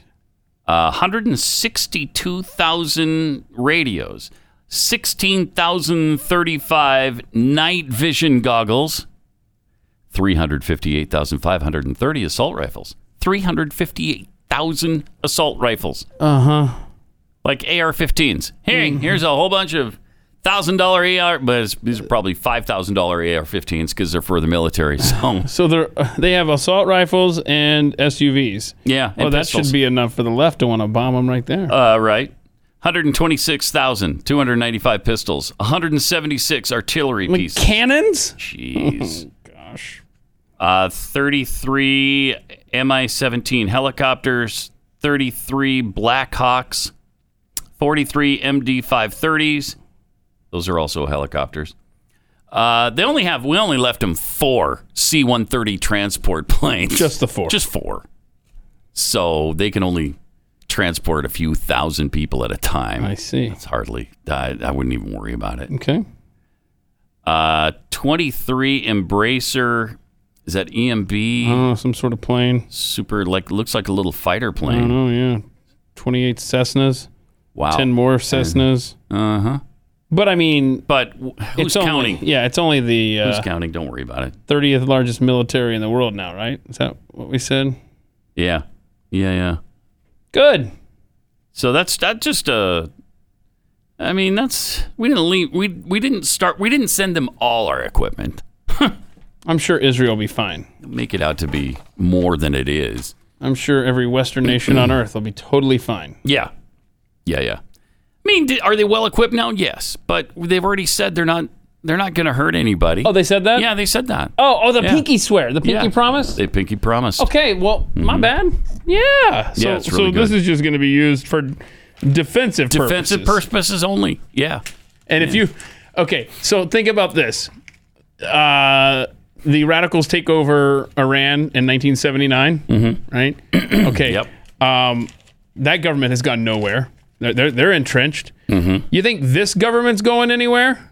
S2: Uh, 162,000 radios. 16,035 night vision goggles. 358,530 assault rifles. 358,000 assault rifles.
S3: Uh-huh.
S2: like AR-15s. Hey,
S3: Mm-hmm.
S2: here's a whole bunch of thousand dollar AR, but it's, these are probably five thousand dollar AR-15s because they're for the military. So
S3: So they're, they have assault rifles and SUVs.
S2: yeah,
S3: Oh,
S2: and
S3: that
S2: pistols.
S3: should be enough for the left to want to bomb them right there.
S2: Uh, right. 126,295 pistols, 176 artillery pieces.
S3: Cannons?
S2: Jeez. Oh, Uh, 33 Mi 17 helicopters, 33 Black Hawks, 43 MD 530s. Those are also helicopters. Uh, they only have, we only left them four C 130 transport planes.
S3: Just the four.
S2: Just four. So they can only transport a few thousand people at a time. I
S3: see.
S2: That's hardly, I, I wouldn't even worry about it.
S3: Okay.
S2: Uh, 23 Embracer. Is that EMB?
S3: Oh, some sort of plane.
S2: Super, like, looks like a little fighter
S3: I don't
S2: plane.
S3: know, yeah. 28 Cessnas.
S2: Wow.
S3: 10 more Cessnas.
S2: Uh huh.
S3: But I mean,
S2: but who's
S3: it's only,
S2: counting?
S3: Yeah, it's only the uh,
S2: Who's counting? Don't worry about it.
S3: 30th largest military in the world now, right? Is that what we said?
S2: Yeah. Yeah, yeah.
S3: Good.
S2: So that's that just uh I mean, that's we didn't leave, we we didn't start we didn't send them all our equipment.
S3: I'm sure Israel will be fine.
S2: Make it out to be more than it is.
S3: I'm sure every Western nation on earth will be totally fine.
S2: Yeah. Yeah, yeah. I mean, di- are they well equipped now? Yes, but they've already said they're not they're not going to hurt anybody.
S3: Oh, they said that?
S2: Yeah, they said that.
S3: Oh, oh, the
S2: Yeah.
S3: pinky swear, the pinky
S2: Yeah.
S3: promise.
S2: They pinky promised.
S3: Okay, well, my bad. Yeah. Ah, So,
S2: Yeah, it's really
S3: so this
S2: good.
S3: is just going to be used for defensive
S2: Defensive
S3: purposes.
S2: purposes only. Yeah.
S3: And if you, okay, so think about this. Uh, the radicals take over Iran in 1979, right? okay. Yep. Um, that government has gone nowhere. They're, they're, they're entrenched. You think this government's going anywhere?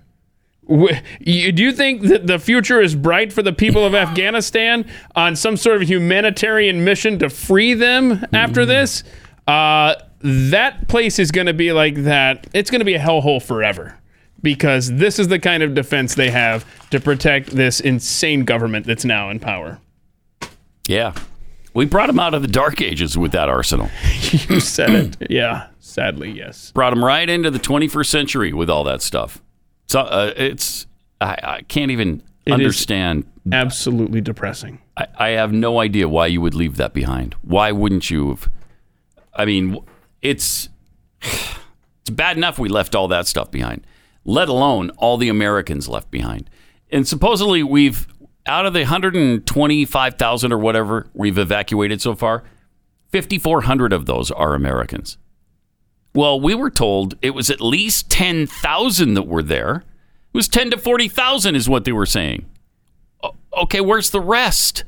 S3: Wh- you- Do you think that the future is bright for the people of Afghanistan on some sort of humanitarian mission to free them after this? Uh, that place is going to be like that. It's going to be a hellhole forever because this is the kind of defense they have to protect this insane government that's now in power.
S2: Yeah. We brought them out of the dark ages with that arsenal.
S3: you said it. Yeah, sadly, yes.
S2: Brought them right into the 21st century with all that stuff. So uh, it's I, I can't even
S3: It is
S2: understand.
S3: Absolutely depressing.
S2: I, I have no idea why you would leave that behind. Why wouldn't you? Have, I mean, it's it's bad enough we left all that stuff behind, let alone all the Americans left behind. And supposedly we've out of the 125,000 or whatever we've evacuated so far, 5,400 of those are Americans. Well, we were told it was at least 10,000 that were there. It was 10 to 40,000 is what they were saying. O- Okay, where's the rest?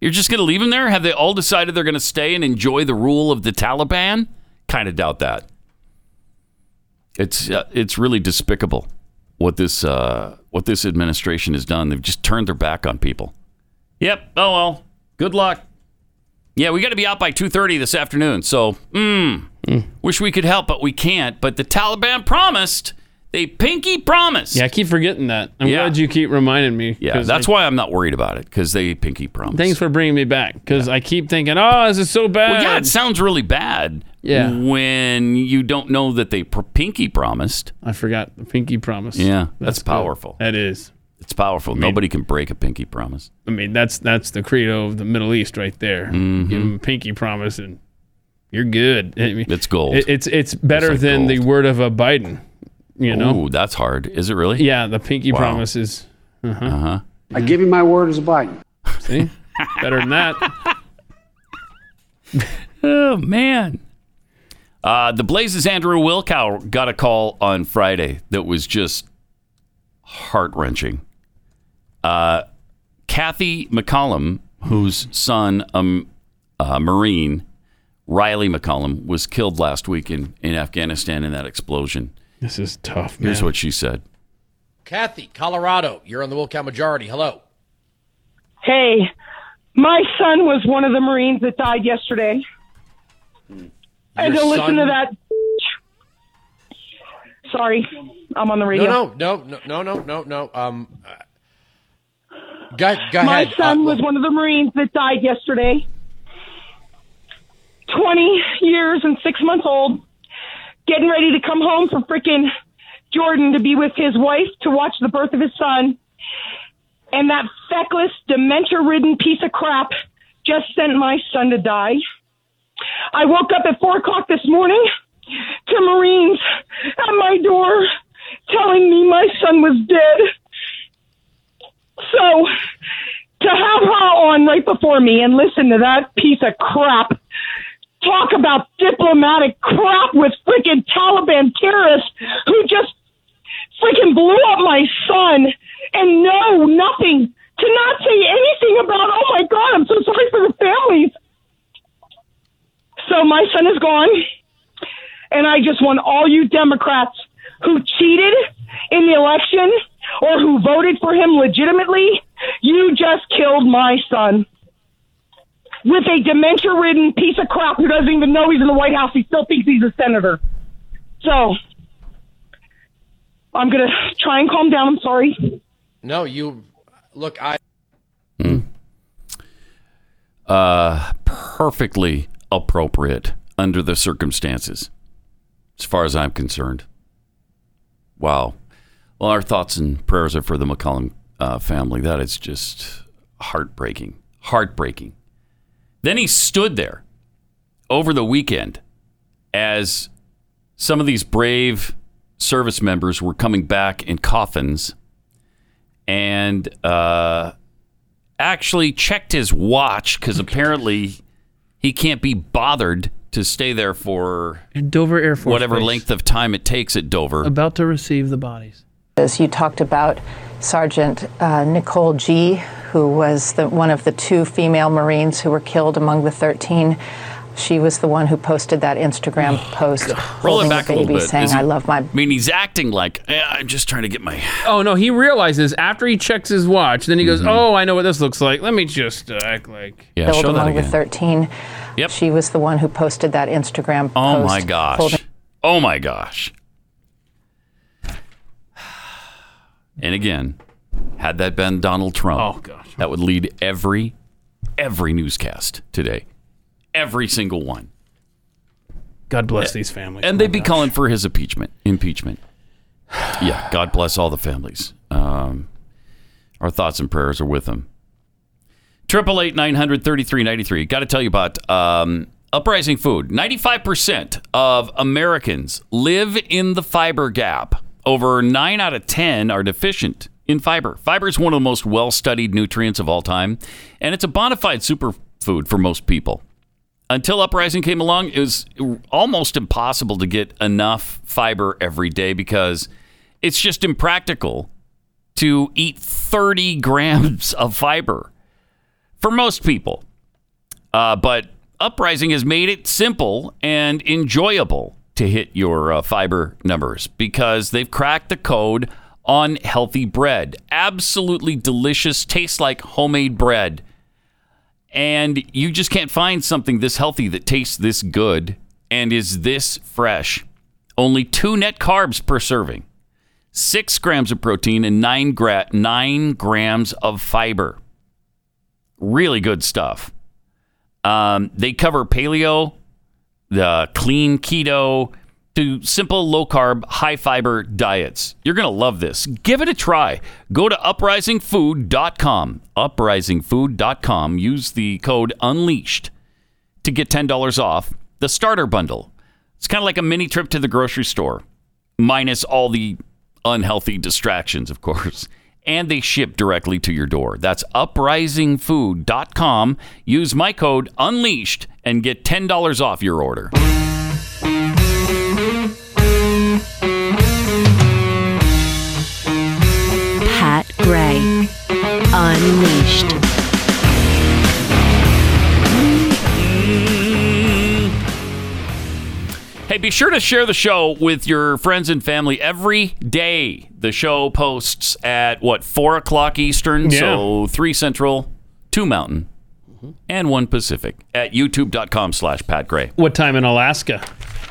S2: You're just going to leave them there? Have they all decided they're going to stay and enjoy the rule of the Taliban? Kind of doubt that. It's uh, it's really despicable what this uh, what this administration has done. They've just turned their back on people. Yep. Oh well. Good luck. Yeah, we got to be out by two thirty this afternoon. So, mm,
S3: Hmm.
S2: wish we could help, but we can't. But the Taliban promised. They pinky promised.
S3: Yeah, I keep forgetting that. I'm
S2: Yeah.
S3: glad you keep reminding me.
S2: Yeah, that's why I'm not worried about it because they pinky promised.
S3: Thanks for bringing me back because I keep thinking, oh, this is so bad.
S2: Well, yeah, it sounds really bad.
S3: Yeah.
S2: When you don't know that they pr- pinky promised.
S3: I forgot the pinky promise.
S2: Yeah, that's,
S3: good.
S2: powerful.
S3: That is.
S2: It's powerful. Nobody can break a pinky promise.
S3: I mean, that's that's the credo of the Middle East right there.
S2: Mhm.
S3: Give them a pinky promise and you're good. I mean,
S2: It's gold.
S3: it- it's it's better than the word of a Biden. You know.
S2: Ooh, that's hard. Is it really?
S3: Yeah, the pinky
S2: Wow.
S3: promise is. Uh-huh.
S2: Uh-huh.
S17: I give you my word as a Biden.
S3: See, better than that.
S2: Oh man. Uh, the Blazes Andrew Wilkow got a call on Friday that was just heart wrenching. Uh, Kathy McCollum, whose son, um, uh, Marine Riley McCollum, was killed last week in, in Afghanistan in that explosion.
S3: This is tough.
S2: Here's
S18: man.
S2: what she said.
S18: Kathy, Colorado, you're on the Will Count Majority. Hello.
S19: Hey, my son was one of the Marines that died yesterday. and
S18: Your
S19: to listen to
S18: son-
S19: that. Sorry, I'm on the radio.
S18: No, no, no, no, no, no, no. Um, uh, go, go
S19: my
S18: ahead.
S19: son
S18: Uh,
S19: was one of the Marines that died yesterday. 20 years and six months old. getting ready to come home from frickin' Jordan to be with his wife to watch the birth of his son. And that feckless, dementia ridden piece of crap just sent my son to die. I woke up at four o'clock this morning to Marines at my door telling me my son was dead. So to have her on right before me and listen to that piece of crap talk about diplomatic crap with freaking Taliban terrorists who just freaking blew up my son and know nothing to not say anything about, oh my God, I'm so sorry for the families. So my son is gone. And I just want all you Democrats who cheated in the election or who voted for him legitimately, you just killed my son with a dementia ridden piece of crap who doesn't even know he's in the White House. He still thinks he's a senator. So I'm going to try and calm down. I'm sorry.
S18: No, you look. I
S2: uh, perfectly appropriate under the circumstances, as far as I'm concerned. Wow. Well, our thoughts and prayers are for the McCollum uh, family. That is just heartbreaking. Heartbreaking. Then he stood there over the weekend as some of these brave service members were coming back in coffins and uh, actually checked his watch because apparently he can't be bothered to stay there for
S20: Dover Air Force
S2: whatever
S20: Base.
S2: length of time it takes at Dover.
S20: About to receive the bodies.
S22: As you talked about Sergeant uh, Nicole G., who was the, one of the two female Marines who were killed among the 13. She was the one who posted that Instagram post
S2: Roll
S22: holding
S2: it back a
S22: the
S2: little
S22: baby,
S2: bit.
S22: saying,
S2: Is
S22: "I
S2: he-
S22: love my
S2: I mean, he's acting like "Eh, I'm just trying to get my.
S3: Oh no, he realizes after he checks his watch, then he
S2: Mm-hmm.
S3: goes, "Oh, I know what this looks like. Let me just uh, act like."
S22: killed among the 13."
S2: Yep.
S22: She was the one who posted that Instagram
S2: Oh
S22: post
S2: my
S22: holding
S2: gosh. Oh my gosh. And again, had that been Donald Trump, oh gosh, that would lead every every newscast today, every single one.
S3: God bless these families.
S2: and they'd be calling for his impeachment. Impeachment. Yeah, God bless all the families. Um, our thoughts and prayers are with them. Triple eight nine hundred thirty three ninety three. Got to tell you about um, uprising food. Ninety five percent of Americans live in the fiber gap. Over nine out of ten are deficient in fiber. Fiber is one of the most well studied nutrients of all time, and it's a bona fide superfood for most people until uprising came along it was almost impossible to get enough fiber every day because it's just impractical to eat 30 grams of fiber for most people uh, but uprising has made it simple and enjoyable to hit your uh, fiber numbers because they've cracked the code on healthy bread absolutely delicious tastes like homemade bread and you just can't find something this healthy that tastes this good and is this fresh. Only two net carbs per serving, six grams of protein, and nine, gra- nine grams of fiber. Really good stuff. Um, they cover paleo, the clean keto, to simple low carb, high fiber diets. You're going to love this. Give it a try. Go to uprisingfood.com. Uprisingfood.com. Use the code unleashed to get $10 off the starter bundle. It's kind of like a mini trip to the grocery store, minus all the unhealthy distractions, of course. And they ship directly to your door. That's uprisingfood.com. Use my code unleashed and get $10 off your order.
S9: Pat Gray. Unleashed.
S2: Hey, be sure to share the show with your friends and family every day. The show posts at what four o'clock Eastern, so three Central, two Mountain, and one Pacific at YouTube.com/slash Pat Gray.
S3: What time in Alaska?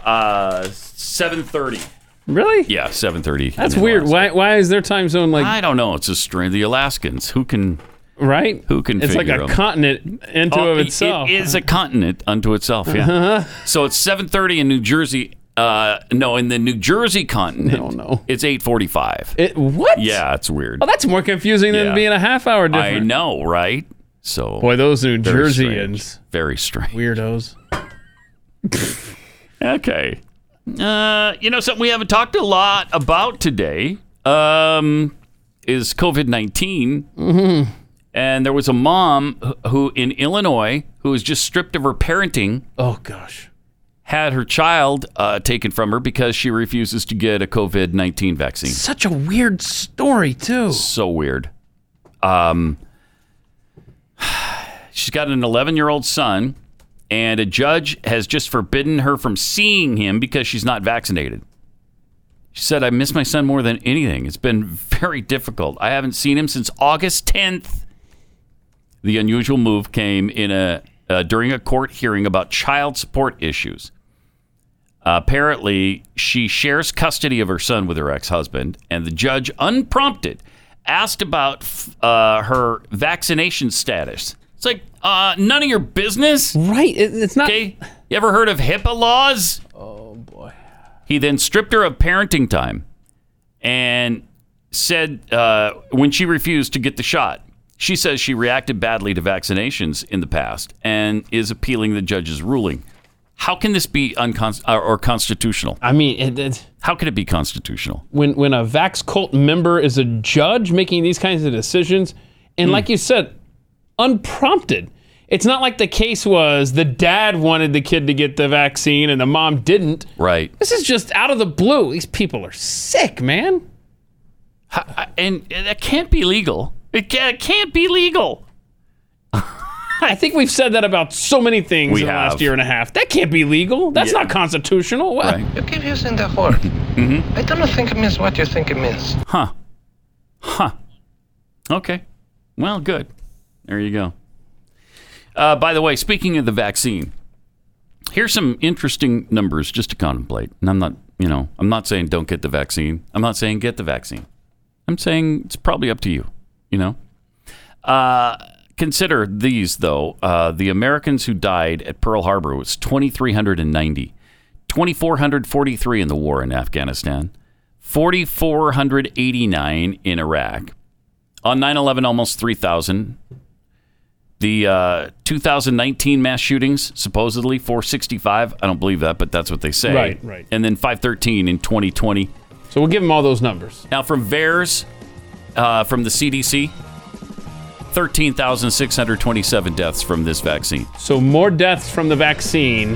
S2: Uh, seven thirty.
S3: Really?
S2: Yeah, seven thirty.
S3: That's weird. Why? Why is their time zone like?
S2: I don't know. It's just strange. The Alaskans who can
S3: right?
S2: Who can?
S3: It's like
S2: figure 'em?
S3: a continent into
S2: Oh,
S3: of
S2: it-
S3: itself. Uh-huh.
S2: It is a continent unto itself. Yeah. so it's seven thirty in New Jersey, Uh, no, in the New Jersey continent. No, no. It's 845.
S3: It, what?
S2: Yeah, it's weird.
S3: Well, Oh, that's more confusing than
S2: Yeah.
S3: being a half hour
S2: I
S3: different.
S2: know, right? So
S3: Boy, those New
S2: very
S3: Jerseyans.
S2: strange. Very strange.
S3: Weirdos.
S2: okay. Uh, you know, something we haven't talked a lot about today um, is COVID 19.
S3: Mhm.
S2: And there was a mom wh- who in Illinois who was just stripped of her parenting.
S3: Oh, gosh.
S2: Had her child uh, taken from her because she refuses to get a COVID 19 vaccine.
S3: Such a weird story, too.
S2: So weird. Um, she's got an 11 year old son, and a judge has just forbidden her from seeing him because she's not vaccinated. She said, I miss my son more than anything. It's been very difficult. I haven't seen him since August 10th. The unusual move came in a uh, during a court hearing about child support issues. Apparently, she shares custody of her son with her ex husband, and the judge, unprompted, asked about f- uh, her vaccination status. It's like, uh, none of your business.
S3: Right. it's not.
S2: Okay. You ever heard of HIPAA laws? Oh, boy. He then stripped her of parenting time and said uh, when she refused to get the shot. She says she reacted badly to vaccinations in the past and is appealing the judge's ruling. How can this be unconst- or, or constitutional?
S3: I mean, it, it,
S2: how could it be constitutional?
S3: when when a Vax cult member is a judge making these kinds of decisions,
S2: Hmm.
S3: and like you said, unprompted. It's not like the case was the dad wanted the kid to get the vaccine and the mom didn't.
S2: Right.
S3: This is just out of the blue. These people are sick, man.
S2: And uh, that can't be legal. It can't, it can't be legal.
S3: I think we've said that about so many things
S2: We
S3: in the
S2: have.
S3: last year and a half. That can't be legal. That's not constitutional. Well,
S2: Right.
S13: You keep using that word.
S2: Mm-hmm.
S13: I don't think it means what you think it means.
S2: Huh. Huh. Okay. Well, good. There you go. Uh, by the way, speaking of the vaccine, here's some interesting numbers just to contemplate. And I'm not, you know, I'm not saying don't get the vaccine. I'm not saying get the vaccine. I'm saying it's probably up to you, you know? Uh, consider these, though. Uh, the Americans who died at Pearl Harbor was 2,390, 2,443 in the war in Afghanistan, 4,489 in Iraq. On 9 11, almost 3,000. The uh, 2019 mass shootings, supposedly 465. I don't believe that, but that's what they say.
S3: Right, right.
S2: And then 513 in 2020.
S3: So we'll give them all those numbers.
S2: Now, from VAERS, uh, from the CDC, 13,627 deaths from this vaccine.
S3: So more deaths from the vaccine,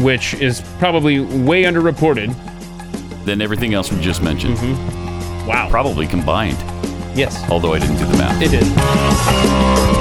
S3: which is probably way underreported.
S2: than everything else we just mentioned. Wow. Probably combined.
S3: Yes.
S2: Although I didn't do the math.
S3: It did.